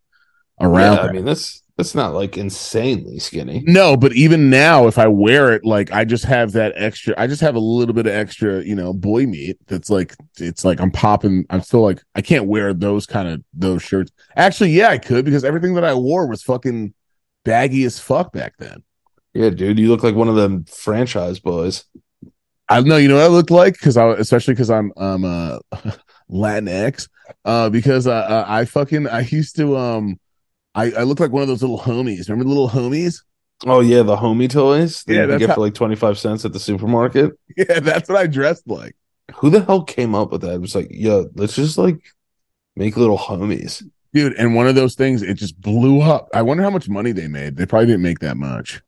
Around Yeah, I that. mean that's that's not like insanely skinny. No, but even now if I wear it like I just have that extra I just have a little bit of extra, you know, boy meat that's like it's like I'm popping I'm still like I can't wear those kind of those shirts. Actually, yeah, I could because everything that I wore was fucking baggy as fuck back then. Yeah, dude, you look like one of them franchise boys. I know you know what I looked like because I especially because I'm um uh Latinx uh because I uh, I fucking I used to um I I looked like one of those little homies remember the little homies Oh yeah, the homie toys that Yeah, you can that's get how- for like twenty five cents at the supermarket. yeah that's what I dressed like Who the hell came up with that? It was like, yo, let's just like make little homies. dude and one of those things it just blew up I wonder how much money they made they probably didn't make that much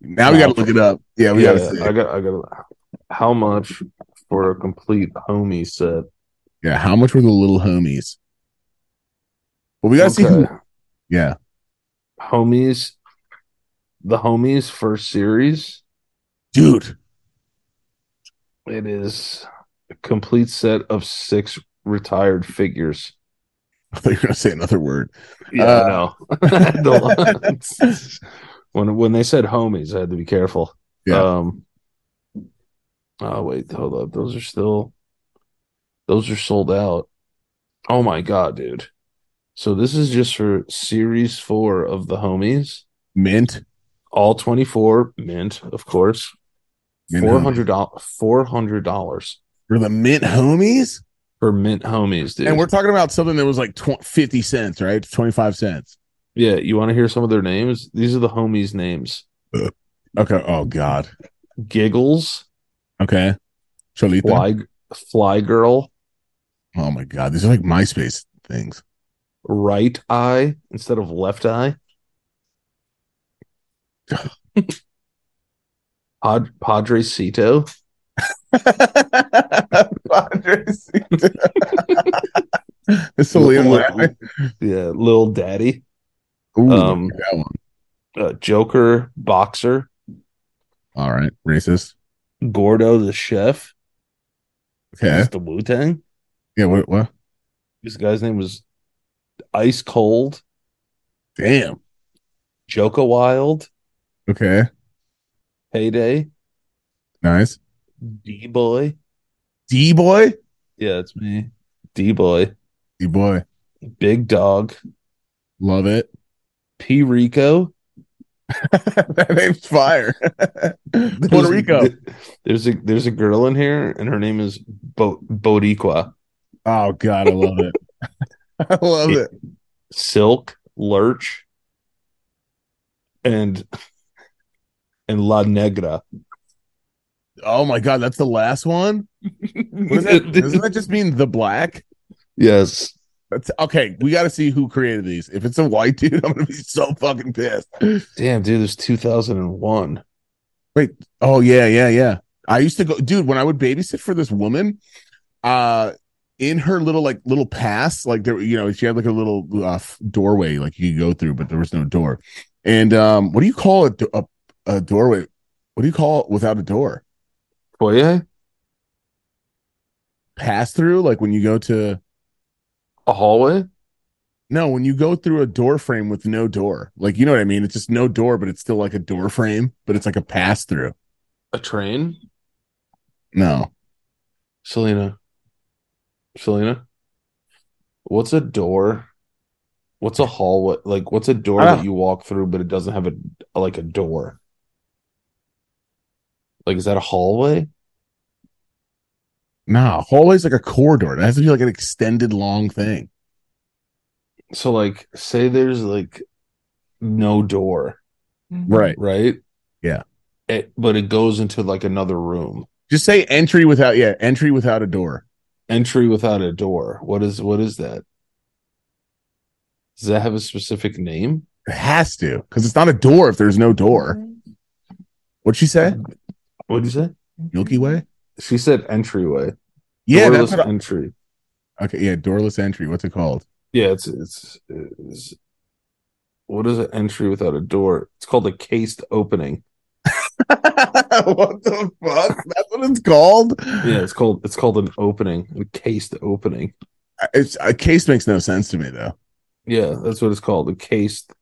now we No. got to look it up yeah we got to see I got I got how much for a complete homie set? yeah how much were the little homies well we got to see who yeah homies the homies first series dude it is a complete set of six retired figures I thought you were gonna say another word yeah Uh, i know The one- when when they said homies i had to be careful Yeah. um oh wait hold up those are still those are sold out oh my god dude so this is just for series four of the homies mint all 24 mint of course Mint Four homies. hundred dollars. Four hundred dollars for the mint homies. for mint homies, dude. And we're talking about something that was like tw- 50 cents, right? 25 cents. yeah, you want to hear some of their names? These are the homies' names: Okay. Oh, God. Giggles, Okay. Cholita. Fly, Fly Girl, Oh, my God. These are like MySpace things. Right Eye instead of Left Eye. Pod, Padre Cito, It's Liam laughing. yeah, Lil Daddy, Ooh, Um, that one. uh, Joker, Boxer, All right. Racist. Gordo the Chef. Okay. He's the Wu Tang. Yeah. What? what? This guy's name was Ice Cold. Damn. Joka Wild, Okay. Payday, Nice. D Boy. D boy. Yeah, it's me. D Boy, D boy. Big Dog, Love it. P Rico. that name's fire. Puerto Rico. There's a there's a girl in here, and her name is Bo- Bodiqua. Oh, God. I love it. I love it. Silk, Lurch, and and La Negra. Oh, my God. That's the last one. What is that? Doesn't that just mean the black? yes. That's okay. We got to see who created these. If it's a white dude, I'm gonna be so fucking pissed. Damn, dude, there's 2001. Oh yeah, yeah, yeah. I used to go, dude. When I would babysit for this woman, uh, in her little like little pass, like there, you know, she had like a little uh, f- doorway like you could go through, but there was no door. And um, what do you call a, do- a a doorway? What do you call it without a door? Foyer? Pass through, like when you go to A hallway? no, when you go through a door frame with no door, like you know what I mean. It's just no door, but it's still like a door frame, but it's like a pass through. A train? No. Selena. Selena. What's a door? What's a hallway? Like what's a door Ah. that you walk through but it doesn't have a like a door? Like is that a hallway? Nah, hallway's like a corridor. That has to be like an extended long thing. So like say there's like no door, Right. right? Yeah. It, but it goes into like another room. Just say entry without yeah, entry without a door. Entry without a door. What is what is that? Does that have a specific name? It has to, because it's not a door if there's no door. What'd she say? What do you say? Milky Way? She said entryway. Yeah, Doorless that's what entry. I- okay. Yeah, doorless entry. What's it called? Yeah, it's, it's it's what is an entry without a door? It's called a cased opening. what the fuck? That's what it's called. Yeah, it's called it's called an opening, a cased opening. It's a case makes no sense to me though. Yeah, that's what it's called, a cased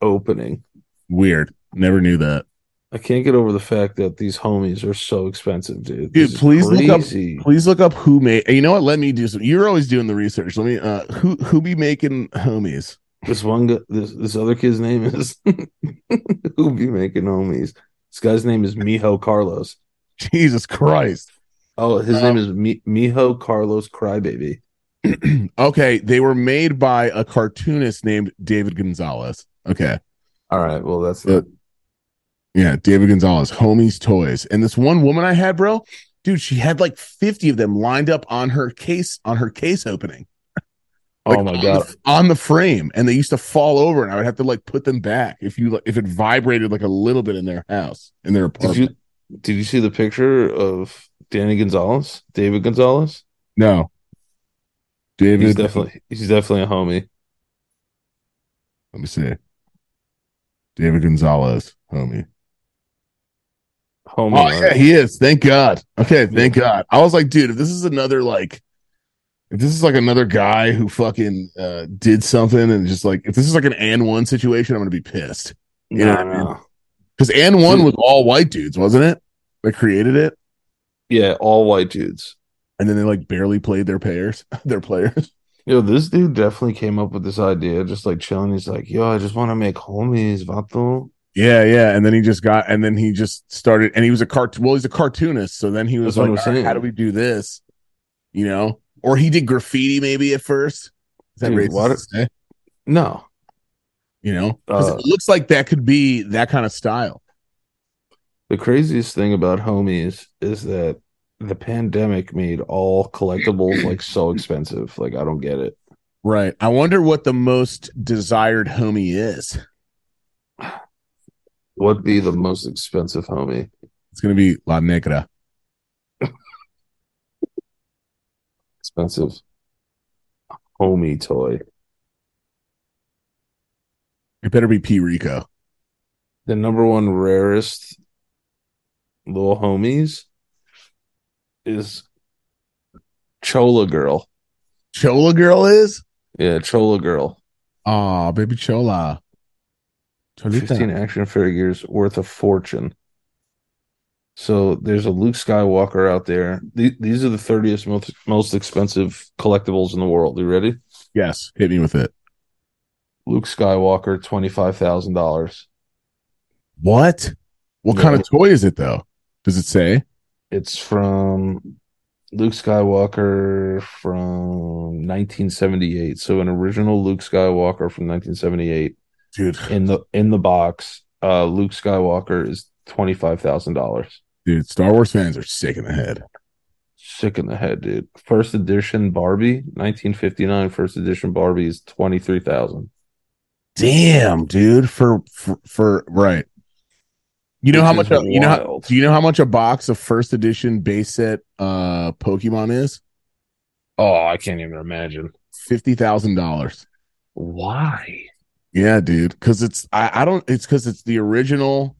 opening. Weird. Never knew that. I can't get over the fact that these homies are so expensive, dude. Dude, This is please look up- crazy. Please look up who made. You know what? Let me do some. You're always doing the research. Let me. Uh, who who be making homies? This one, gu- this this other kid's name is who be making homies. This guy's name is Miho Carlos. Jesus Christ. Oh, his Um, name is Mi- Miho Carlos Crybaby. okay, they were made by a cartoonist named David Gonzalez. Okay, All right, well that's Yeah. not yeah, David Gonzalez, homies toys, and this one woman I had, bro, dude, she had like fifty of them lined up on her case on her case opening. Like, oh my on god. the, on the frame, and they used to fall over, and I would have to like put them back if you if it vibrated like a little bit in their house in their Did apartment. you did you see the picture of Danny Gonzalez? David Gonzalez? no, David, He's definitely he's definitely a homie. Let me see. David Gonzalez, homie. Homie. Oh all yeah, right. he is. Thank God. Okay, thank God. I was like, dude, if this is another like, if this is like another guy who fucking uh, did something and just like, if this is like an and one situation, I'm gonna be pissed. you know Nah, what I nah. Because and one was all white dudes, wasn't it? That created it, Yeah, all white dudes. and then they like barely played their players, their players. Yo, this dude definitely came up with this idea, just like chilling. He's like, yo, I just want to make homies, vato. Yeah, yeah. And then he just got, and then he just started, and he was a cart. Well, he's a cartoonist, so then he was That's what like, I'm "All right, saying. how do we do this? You know, or he did graffiti maybe at first. Is that Dude, racist? why do- to say? No. you know 'Cause Uh, it looks like that could be that kind of style The craziest thing about homies is that the pandemic made all collectibles like so expensive. Like, I don't get it. right i wonder what the most desired homie is What'd be the most expensive homie? it's gonna be la negra Expensive homie toy. it better be p rico The number one rarest little homies is Chola Girl. chola girl is Yeah, Chola Girl. oh baby chola 15 Cholita. action figures worth a fortune. So there's a Luke Skywalker out there. Th- These are the 30th most, most expensive collectibles in the world. You ready? yes hit me with it Luke Skywalker, $25,000. what what Yeah. kind of toy is it though does it say It's from Luke Skywalker from 1978. So an original Luke Skywalker from 1978 dude in the in the box. Uh, Luke Skywalker is twenty five thousand dollars. dude star wars fans are sick in the head Sick in the head, dude. First edition Barbie, 1959. First edition Barbie is twenty three thousand. damn dude for for, for right you know how much a, you know how, Do you know how much a box of first edition base set uh Pokemon is? oh, I can't even imagine Fifty thousand dollars. why. Yeah, dude. Because it's I, I don't it's because it's the original,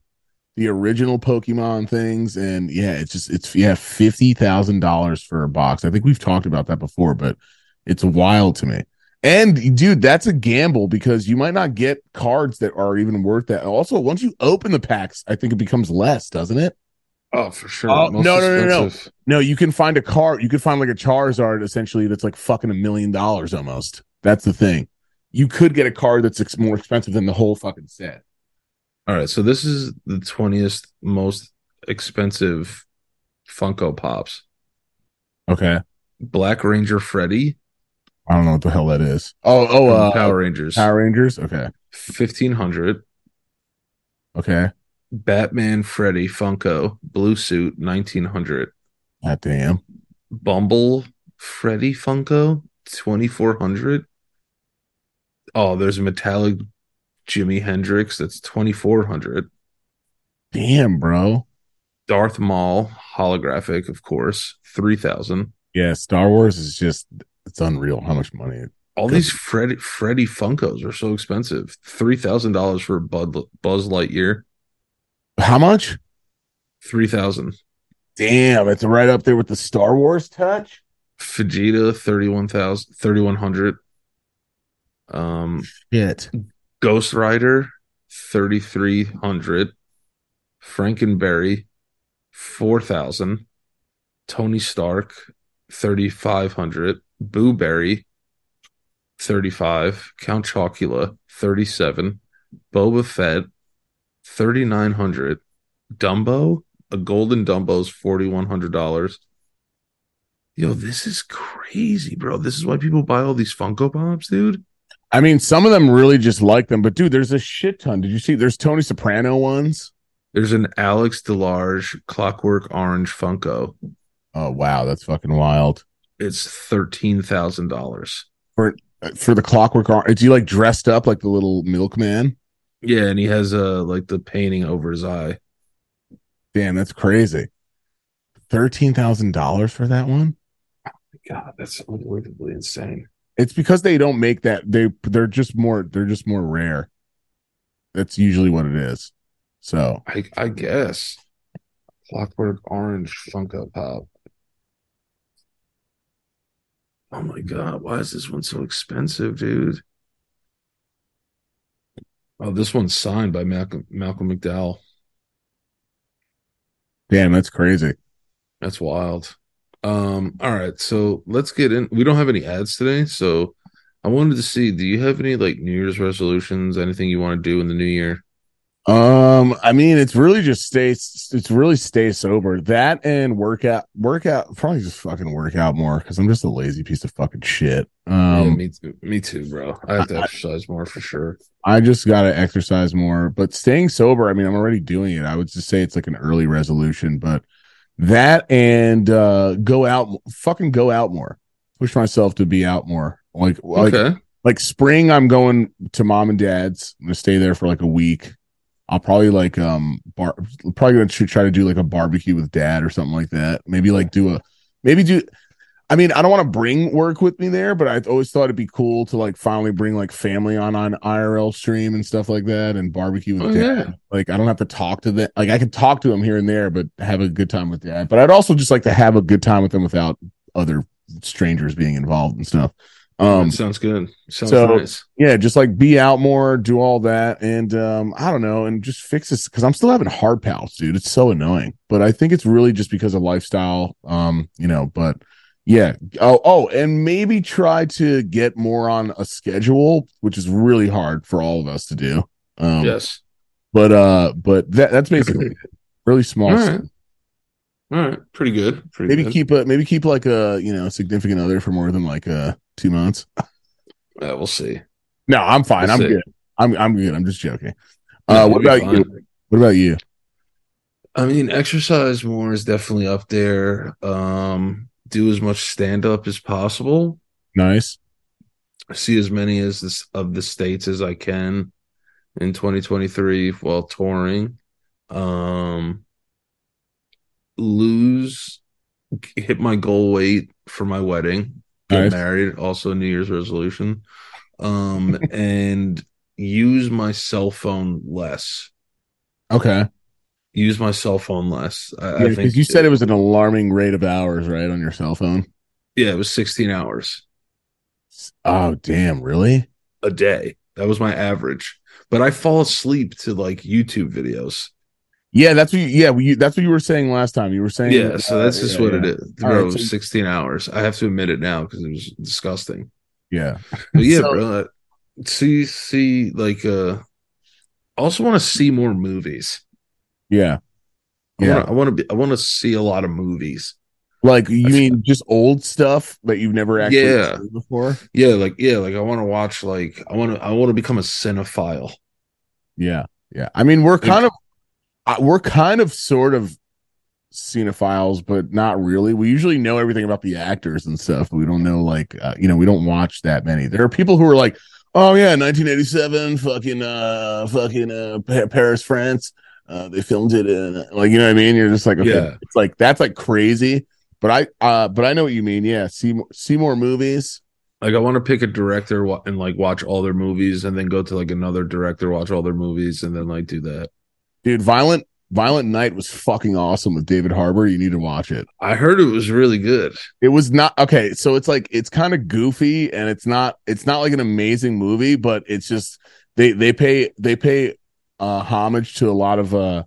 the original Pokemon things, and yeah, it's just it's yeah fifty thousand dollars for a box. I think we've talked about that before, but it's wild to me. And dude, that's a gamble because you might not get cards that are even worth that. Also, once you open the packs, I think it becomes less, doesn't it? Oh, for sure. Oh, Most no, no, no, no. expensive. No, you can find a car. You could find like a Charizard essentially that's like fucking a million dollars almost. That's the thing. You could get a car that's ex- more expensive than the whole fucking set. All right, so this is the twentieth most expensive Funko Pops. Okay. Black Ranger Freddy I don't know what the hell that is. Oh, oh, from Power uh, Power, Rangers, Rangers. Okay. fifteen hundred. Okay. Batman Freddy Funko blue suit, nineteen hundred. God damn. Bumble Freddy Funko, twenty four hundred. Oh, there's a metallic Jimi Hendrix that's twenty four hundred. Damn, bro. Darth Maul holographic, of course, three thousand. Yeah, Star Wars is just it's unreal how much money. It, All Good. these Freddy Freddy Funkos are so expensive. Three thousand dollars for a Bud, Buzz Lightyear. how much? Three thousand. Damn, it's right up there with the Star Wars touch. Vegeta thirty one thousand thirty one hundred. Um, Shit. Ghost Rider thirty three hundred. Frankenberry four thousand. Tony Stark thirty five hundred. Boo Berry thirty five. Count Chocula thirty seven. Boba Fett thirty nine hundred. Dumbo a golden Dumbo's forty one hundred dollars. Yo, this is crazy, bro. This is why people buy all these Funko Pops, dude. I mean, some of them really just like them, but dude, there's a shit ton. Did you see? There's Tony Soprano ones. There's an Alex Delarge Clockwork Orange Funko. Oh wow, that's fucking wild. It's thirteen thousand dollars. Uh, For the Clockwork Orange, is he like dressed up like the little milkman? Yeah, and he has uh like the painting over his eye. Damn, that's crazy. Thirteen thousand dollars for that one. God, that's unbelievably insane. It's because they don't make that. They they're just more. They're just more rare. That's usually what it is. So I I guess Clockwork Orange Funko Pop. Oh my god, why is this one so expensive, dude? Oh, this one's signed by Malcolm Malcolm McDowell. damn, that's crazy. That's wild. Um, all right, so let's get in. We don't have any ads today, so I wanted to see, do you have any like New Year's resolutions, anything you want to do in the new year? Um, I mean, it's really just stay. It's really stay sober. That and workout, workout, probably just fucking work out more because I'm just a lazy piece of fucking shit. Yeah, Um, me too, me too, bro. I have to exercise more for sure. I just gotta exercise more. But staying sober, I mean, I'm already doing it. I would just say it's like an early resolution, but that and uh go out, fucking go out more. Push myself to be out more. Like, like Okay. like spring i'm going to mom and dad's i'm gonna stay there for like a week i'll probably like um bar probably gonna tr- try to do like a barbecue with dad or something like that maybe like do a maybe do i mean i don't want to bring work with me there but i always thought it'd be cool to like finally bring like family on on irl stream and stuff like that and barbecue Oh, with dad yeah. like i don't have to talk to them like i can talk to them here and there but have a good time with dad but i'd also just like to have a good time with them without other strangers being involved and stuff um That sounds good. Sounds so- nice. yeah just like be out more do all that and um i don't know and just fix this because i'm still having hard pals dude it's so annoying but i think it's really just because of lifestyle um you know but yeah oh oh and maybe try to get more on a schedule which is really hard for all of us to do um Yes. but uh but that that's basically it. really small All stuff. right. All right. Pretty good. Pretty maybe good. keep a maybe keep like a you know significant other for more than like uh two months Yeah, we'll see. no i'm fine We'll i'm see. good i'm i'm good i'm just joking Yeah, uh we'll what be about fine. you what about you I mean, exercise more is definitely up there. Um, do as much stand up as possible. Nice. See as many as this of the states as I can in 2023 while touring. Um, lose, hit my goal weight for my wedding. Get Nice. married, also a New Year's resolution. Um, and use my cell phone less. Okay. Use my cell phone less. I, I think Because you said it was an alarming rate of hours, right, on your cell phone. Yeah, it was 16 hours Oh, damn! Really? a day. That was my average. But I fall asleep to like YouTube videos. Yeah, that's what. You, yeah, you, that's what you were saying last time. You were saying. Yeah, so uh, that's just yeah, what yeah. it is. All Bro, right, so- 16 hours. I have to admit it now because it was disgusting. Yeah. But yeah, So- bro. I- See, see, like, uh, I also want to see more movies. Yeah. I want to, Yeah. I want to be, I want to see a lot of movies. Like you That's- mean just old stuff that you've never actually Yeah. seen before? Yeah, like, yeah, like I want to watch, like, I want to, I want to become a cinephile. Yeah. Yeah. I mean, we're kind of, I- we're kind of sort of cinephiles, but not really. We usually know everything about the actors and stuff. But we don't know, like, uh, you know, we don't watch that many. There are people who are like, oh, yeah, 1987, fucking, uh, fucking, uh, Pa- Paris, France. uh, they filmed it in like you know what I mean. You're just like okay, Yeah. it's like that's like crazy. But I uh but I know what you mean. Yeah, see more see more movies. Like I want to pick a director wa- and like watch all their movies, and then go to like another director, watch all their movies, and then like do that. Dude, Violent Violent Night was fucking awesome with David Harbour. You need to watch it. I heard it was really good. It was not okay, so it's like it's kind of goofy and it's not it's not like an amazing movie, but it's just they they pay they pay uh homage to a lot of uh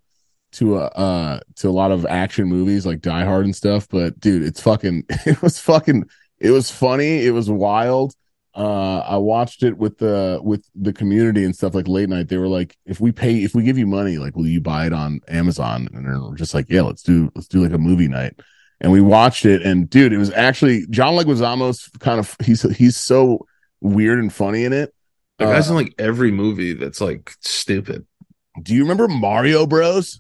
to uh, uh to a lot of action movies like Die Hard and stuff, but dude, it's fucking it was fucking it was funny, it was wild. Uh I watched it with the with the community and stuff like late night. They were like, if we pay if we give you money, like will you buy it on Amazon? And they we're just like, yeah, let's do let's do like a movie night. And we watched it and dude, it was actually John Leguizamo's kind of he's he's so weird and funny in it. The Uh, guy's in like every movie that's like stupid. do you remember Mario Bros?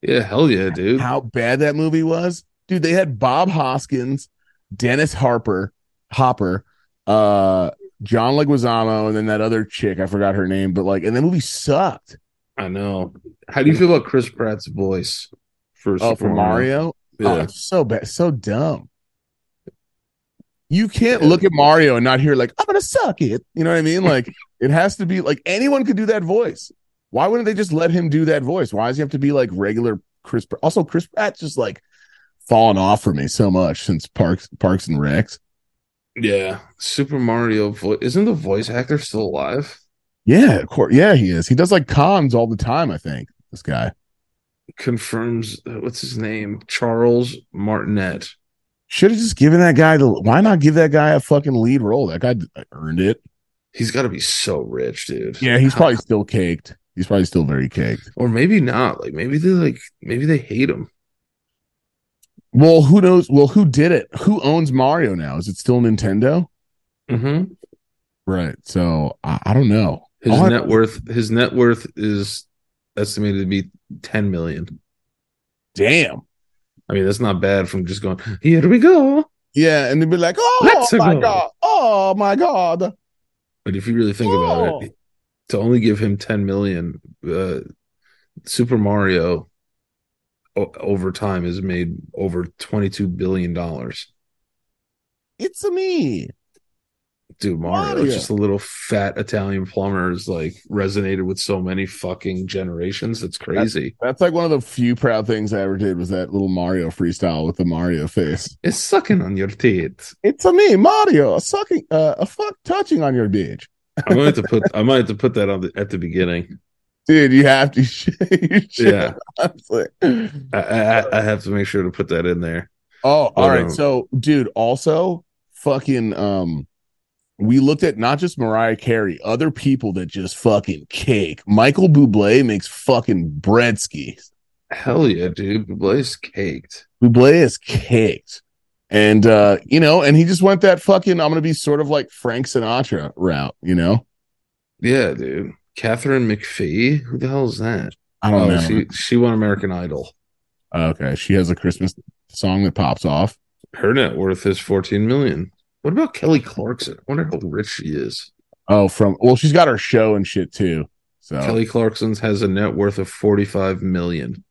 Yeah, hell yeah, dude. how bad that movie was. Dude, they had Bob Hoskins, Dennis Harper, Hopper, uh, John Leguizamo, and then that other chick. I forgot her name, but like, and the movie sucked. I know. How do you feel about Chris Pratt's voice for Oh, for Super Mario, oh, Yeah. it's so bad, so dumb. You can't Yeah. look at Mario and not hear like, "I'm gonna suck it." You know what I mean? Like, it has to be like anyone could do that voice. Why wouldn't they just let him do that voice? Why does he have to be like regular Chris? Pratt? Also, Chris Pratt's just like fallen off for me so much since Parks Parks and Recs. Oh. Yeah, Super Mario voice. Isn't the voice actor still alive? Yeah, of course. Yeah, he is. He does like cons all the time. I think this guy Confirms uh, what's his name? Charles Martinet. should have just given that guy the. Why not give that guy a fucking lead role? That guy d- earned it. He's got to be so rich, dude. Yeah, he's probably still caked. He's probably still very caked. or maybe not. Like maybe they like maybe they hate him. Well, who knows? Well, who did it? Who owns Mario now? Is it still Nintendo? Mm-hmm. Right. So I, I don't know. His All I- net worth. His net worth is estimated to be ten million. Damn. I mean, that's not bad. From just going here we go. Yeah, and they'd be like, "Oh Let's my go." god! Oh my god!" But if you really think about Oh. it, to only give him 10 million, uh, Super Mario o- over time has made over 22 billion dollars. It's a me. Dude, Mario, Mario. is just a little fat Italian plumber, is like resonated with so many fucking generations. It's crazy. That's like one of the few proud things I ever did was that little Mario freestyle with the Mario face. It's sucking on your teeth. It's a me, Mario, sucking, uh, a fuck, touching on your bitch, I might have to put I might have to put that on the, at the beginning. dude. You have to. You should, Yeah, honestly. I, I I have to make sure to put that in there. Oh, all But, right. um, So, dude, also fucking um we looked at not just Mariah Carey, other people that just fucking cake. Michael Bublé makes fucking bread skis. Hell yeah, dude! Blaze caked. Bublé is caked. And uh, you know, and he just went that fucking I'm going to be sort of like Frank Sinatra route, you know? Yeah, dude. Catherine McPhee. Who the hell is that? I don't Oh, know. she she won American Idol. okay, she has a Christmas song that pops off. Her net worth is fourteen million. What about Kelly Clarkson? I wonder how rich she is. Oh, from well, she's got her show and shit too. So, Kelly Clarkson has a net worth of forty-five million.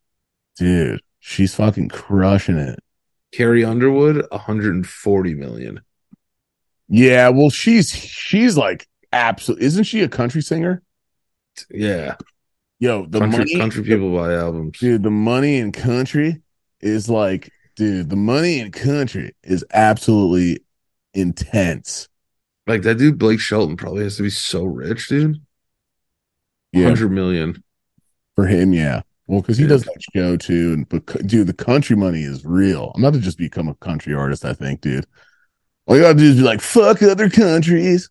dude, she's fucking crushing it. Carrie Underwood, one hundred and forty million. Yeah, well, she's she's like absolutely. Isn't she a country singer? Yeah, Yo, the country, money, country people buy albums. dude. The money in country is like, dude. The money in country is absolutely intense. Like that dude Blake Shelton probably has to be so rich, dude. Yeah, Hundred million. for him, yeah. Well, because he Dude. does that show too, and but c- dude, the country money is real. I'm not to just become a country artist. I think, dude. All you gotta do is be like, fuck other countries.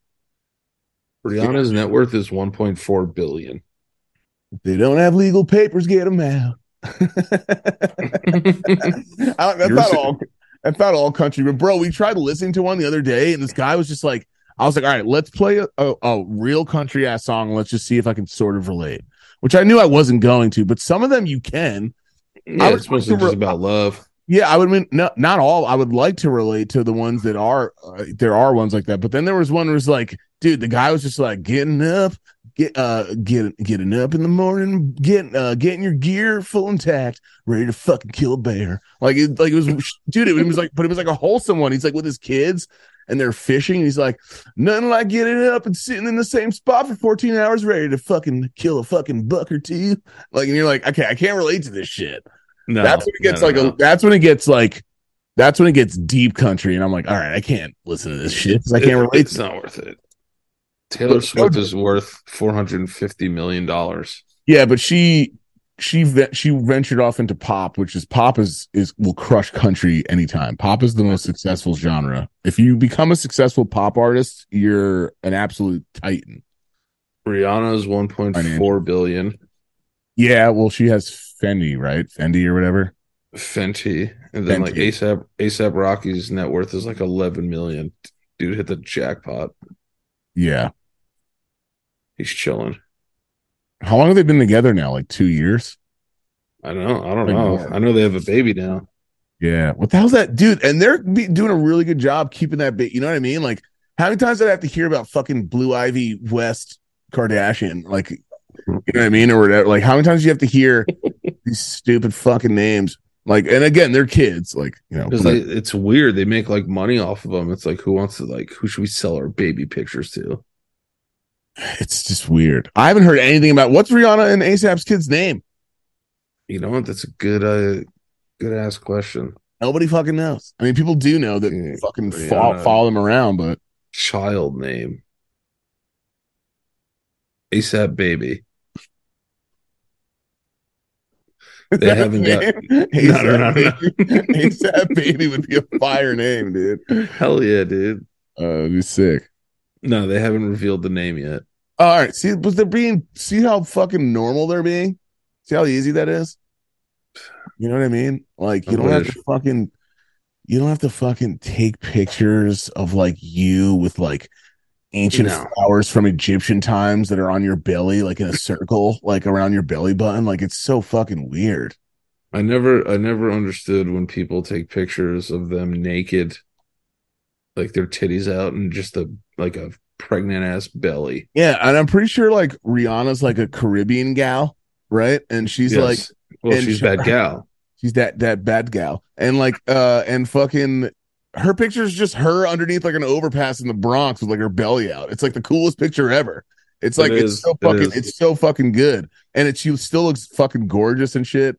Rihanna's net worth is one point four billion. If they don't have legal papers, get them out. I, don't- that's You're not si- all. That's not all country, but bro, we tried listening to one the other day, and this guy was just like, "I was like, all right, let's play a, a, a real country ass song. and Let's just see if I can sort of relate." Which I knew I wasn't going to, but some of them you can. yeah, would it's mostly like to just re- about love. Yeah, I would mean no, not all. I would like to relate to the ones that are. Uh, there are ones like that, but then there was one where it was like, dude, the guy was just like getting up, Get uh get getting up in the morning, getting uh getting your gear full intact, ready to fucking kill a bear. Like it like it was dude, it was like but it was like a wholesome one. He's like with his kids and they're fishing, and he's like, nothing like getting up and sitting in the same spot for 14 hours ready to fucking kill a fucking buck or two. Like, and you're like, okay, I can't relate to this shit. No, that's when it no, gets no, like no. a, that's when it gets like that's when it gets deep country, and I'm like, all right, I can't listen to this shit. 'cause I can't relate It's to not worth it. Taylor Swift is worth four hundred and fifty million dollars. Yeah, but she she ve- she ventured off into pop, which is pop is is will crush country anytime. Pop is the most successful genre. If you become a successful pop artist, you're an absolute titan. Rihanna's one point four billion. Yeah, well, she has Fendi, right? Fendi or whatever. Fenty, and then like Fenty. ASAP ASAP Rocky's net worth is like eleven million. Dude hit the jackpot. Yeah. He's chilling. How long have they been together now? Like two years. I don't know. I don't Like know. what? I know they have a baby now. Yeah. What the hell's that, dude? And they're be doing a really good job keeping that bit. You know what I mean? Like, how many times did I have to hear about fucking Blue Ivy West Kardashian? Like, you know what I mean, or whatever. Like, how many times do you have to hear these stupid fucking names? Like, and again, they're kids. Like, you know, Because but- it's weird. They make like money off of them. It's like who wants to like who should we sell our baby pictures to? it's just weird. I haven't heard anything about what's Rihanna and ASAP's kid's name. You know what? That's a good uh good ass question. Nobody fucking knows. I mean, people do know that Yeah, fucking follow, Rihanna. follow them around, but Child name. ASAP baby. They That's haven't got- name? No, no, no, no. ASAP baby would be a fire name, dude. Hell yeah, dude. Uh, it'd be sick. No, they haven't revealed the name yet. All right. See, but they're being, see how fucking normal they're being? See how easy that is? You know what I mean? Like, you I don't have wish. to fucking, you don't have to fucking take pictures of like you with like ancient No. flowers from Egyptian times that are on your belly, like in a circle, like around your belly button. Like, it's so fucking weird. I never I never understood when people take pictures of them naked, like their titties out and just a like a pregnant ass belly. Yeah. And I'm pretty sure like Rihanna's like a Caribbean gal, right? And she's like, Yes. Well, and she's she- bad gal. She's that that bad gal. And like uh and fucking her picture's just her underneath like an overpass in the Bronx with like her belly out. It's like the coolest picture ever. It's It like is. it's so It fucking is. it's so fucking good. And it she still looks fucking gorgeous and shit.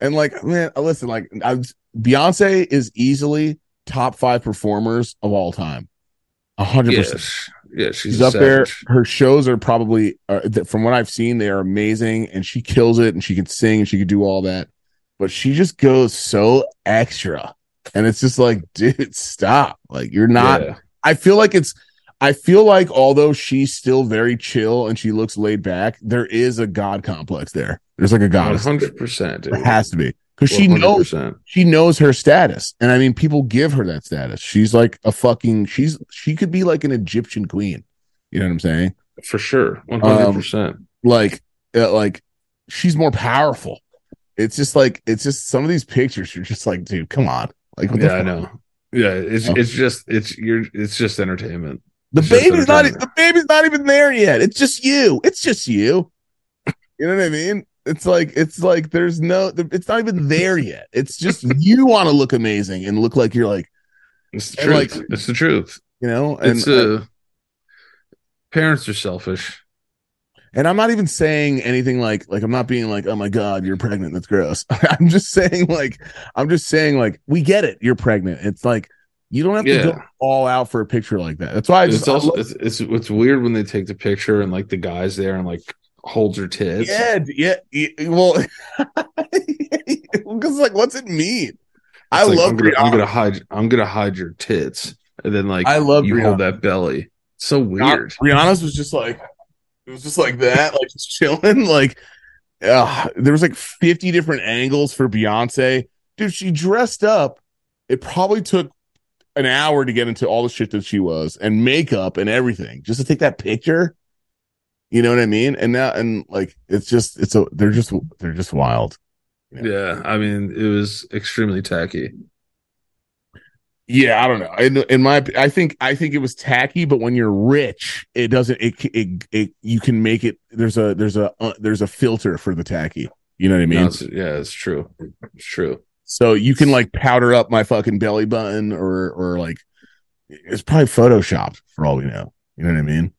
And like man, listen, like I Beyonce is easily top five performers of all time. A hundred Yeah, percent. sh- yeah, she's, She's a up there. savage. Her shows are probably, uh, th- from what I've seen, they are amazing, and she kills it, and she can sing, and she can do all that. But she just goes so extra, and it's just like, dude, stop! Like you're not. Yeah. I feel like it's. I feel like although she's still very chill and she looks laid back, there is a god complex there. There's like a One goddess. hundred percent. There has to be because she knows she knows her status and i mean people give her that status she's like a fucking she's she could be like an egyptian queen you know what i'm saying for sure. One Um, hundred percent. like uh, like she's more powerful it's just like it's just some of these pictures you're just like dude come on like what the Yeah, I fuck? know. Yeah, Oh. it's it's just it's you're it's just entertainment. the It's just baby's not e- entertainment. the baby's not even there yet it's just you it's just you you know what i mean it's like it's like there's no it's not even there yet it's just you want to look amazing and look like you're like It's the And, like, truth. it's the truth. you know and it's uh, parents are selfish. And I'm not even saying anything like like I'm not being like, oh my god, you're pregnant. That's gross. I'm just saying like I'm just saying like we get it. You're pregnant. It's like you don't have Yeah. to go all out for a picture like that. That's why I And just it's also I love- it's, it's it's weird when they take the picture and like the guy's there and like holds her tits. yeah, d- yeah, yeah. Well, because like, what's it mean? I It's like, love I'm gonna, I'm Rihanna. gonna hide. I'm gonna hide your tits, and then like I love you Rihanna. hold that belly. It's so weird. Rihanna's was just like it was just like that, like just chilling. Like uh, there was like 50 different angles for Beyonce. Dude, she dressed up. It probably took an hour to get into all the shit that she was and makeup and everything just to take that picture. You know what I mean? And now and like it's just it's a they're just they're just wild. Yeah, I mean, it was extremely tacky. yeah, I don't know. In in my, op- I think I think it was tacky, but when you're rich, it doesn't. It c- it it you can make it. There's a there's a uh, there's a filter for the tacky. You know what I mean? No, it's- yeah, it's true. It's true. So you can like powder up my fucking belly button or or like it's probably photoshopped for all we know. You know what I mean?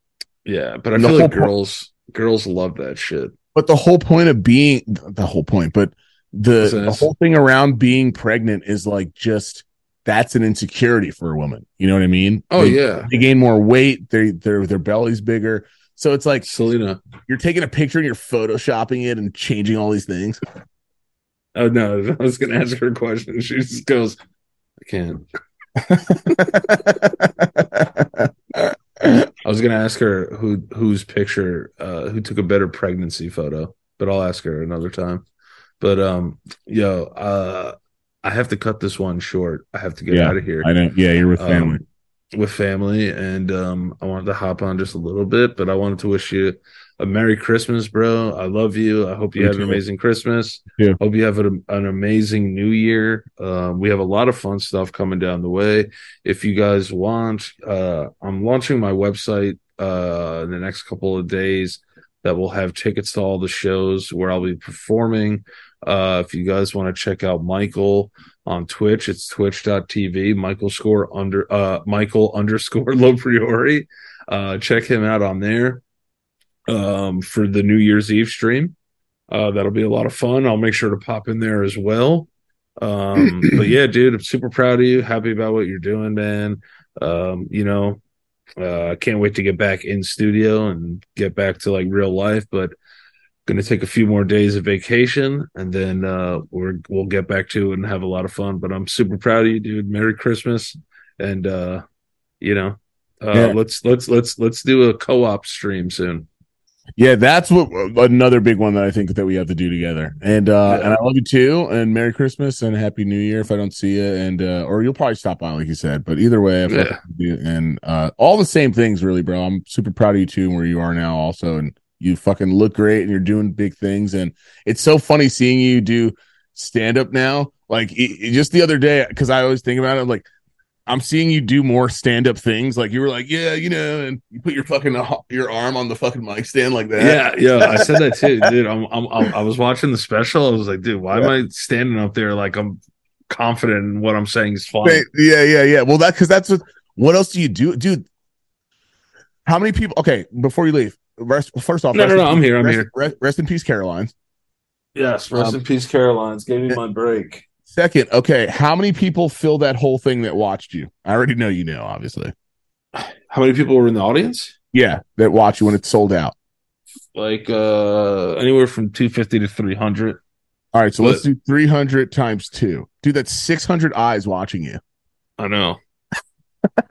Yeah, but I And the feel like whole po- girls girls love that shit. But the whole point of being the whole point, but the, Listen, the it's- whole thing around being pregnant is like just that's an insecurity for a woman. You know what I mean? Oh They- yeah, They gain more weight, they their their belly's bigger. So it's like Selena. you're taking a picture and you're photoshopping it and changing all these things. Oh no, I was gonna ask her a question. She just goes, I can't. I was gonna ask her who whose picture uh who took a better pregnancy photo, but I'll ask her another time. But um yo, uh I have to cut this one short. I have to get Yeah, out of here. I know. Yeah, you're with Um, family. with family and um I wanted to hop on just a little bit, but I wanted to wish you a Merry Christmas, bro. I love you. I hope you Me have too. an amazing Christmas. Yeah. Hope you have an, an amazing new year. Um, we have a lot of fun stuff coming down the way. If you guys want, uh, I'm launching my website uh, in the next couple of days that will have tickets to all the shows where I'll be performing. Uh, if you guys want to check out Michael on Twitch, it's twitch.tv, Michael score under uh Michael underscore Lopriori. Uh check him out on there um for the New Year's Eve stream. Uh that'll be a lot of fun. I'll make sure to pop in there as well. Um but yeah, dude, I'm super proud of you, happy about what you're doing, man. Um, you know, uh can't wait to get back in studio and get back to like real life, but gonna take a few more days of vacation and then uh we're we'll get back to it and have a lot of fun but i'm super proud of you dude merry christmas and uh you know uh Yeah. let's let's let's let's do a co-op stream soon Yeah, that's what another big one that I think that we have to do together. And uh Yeah. and I love you too. And Merry Christmas and Happy New Year if I don't see you. And uh or you'll probably stop by like you said. But either way, Yeah. I fucking love you. and uh all the same things really, bro. I'm super proud of you too and where you are now also. And you fucking look great and you're doing big things. And it's so funny seeing you do stand up now. Like it- it- just the other day, because I always think about it, I'm like I'm seeing you do more stand up things. Like you were like, yeah, you know, and you put your fucking uh, your arm on the fucking mic stand like that. yeah yeah i said that too dude I'm, I'm, I'm i was watching the special i was like dude why am i standing up there like i'm confident in what i'm saying is fine Wait, yeah, yeah, yeah. Well, that because that's what. What else do you do, dude? How many people? Okay, before you leave, rest. First off, No, rest no, no, in I'm peace- here, I'm rest- here. Rest, rest in peace, Caroline. yes rest in peace carolines gave me Um, yeah. my break Second, okay, how many people fill that whole thing that watched you? I already know you know, obviously. how many people were in the audience Yeah, that watch you when it's sold out. like uh anywhere from 250 to 300 All right, so let's But- do three hundred times two, dude. That's six hundred eyes watching you. i know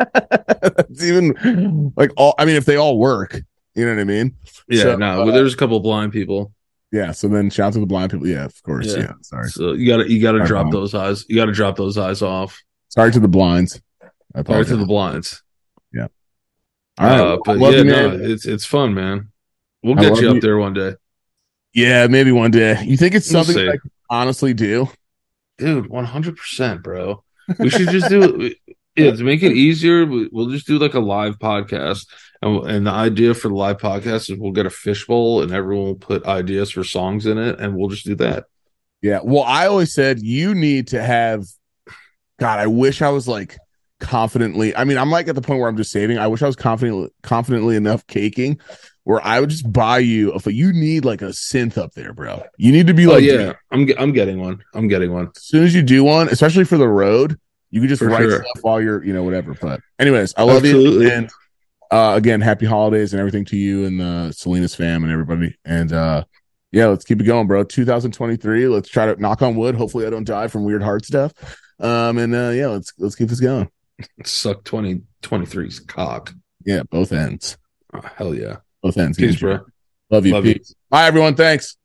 That's Mm-hmm. even like all. I mean, if they all work, you know what I mean. yeah So, no uh, well, there's a couple blind people Yeah. So then, shout out to the blind people. Yeah, of course. Yeah. yeah sorry. so you gotta you gotta Our drop blind. those eyes you gotta drop those eyes off Sorry to the blinds. I or apologize. to the blinds All right. uh, but Love yeah you, no, man. it's it's fun man we'll I get love you up you. there one day yeah, maybe one day. You think it's We'll something see. that I could honestly do? dude 100% bro we should just do yeah to make it easier we- we'll just do like a live podcast and, we'll- and the idea for the live podcast is we'll get a fishbowl and everyone will put ideas for songs in it and we'll just do that Yeah. Well, I always said you need to have God, I wish I was like confidently. I mean, I'm like at the point where I'm just saving. I wish I was confident confidently enough caking where I would just buy you if you need like a synth up there, bro. You need to be oh like yeah i'm ge- i'm getting one i'm getting one as soon as you do one, especially for the road, you can just For write sure. stuff while you're, you know, whatever. But anyways, I love Absolutely. you. And uh, again, happy holidays and everything to you and the Salinas fam and everybody. And uh, yeah, let's keep it going, bro. 2023. Let's try to knock on wood. Hopefully, I don't die from weird heart stuff. Um, and uh, yeah, let's let's keep this going. suck 20 23's cock. Yeah, both ends, Oh, hell yeah. both ends. Peace, bro. Love you. Love you. Peace. Bye, everyone. Thanks.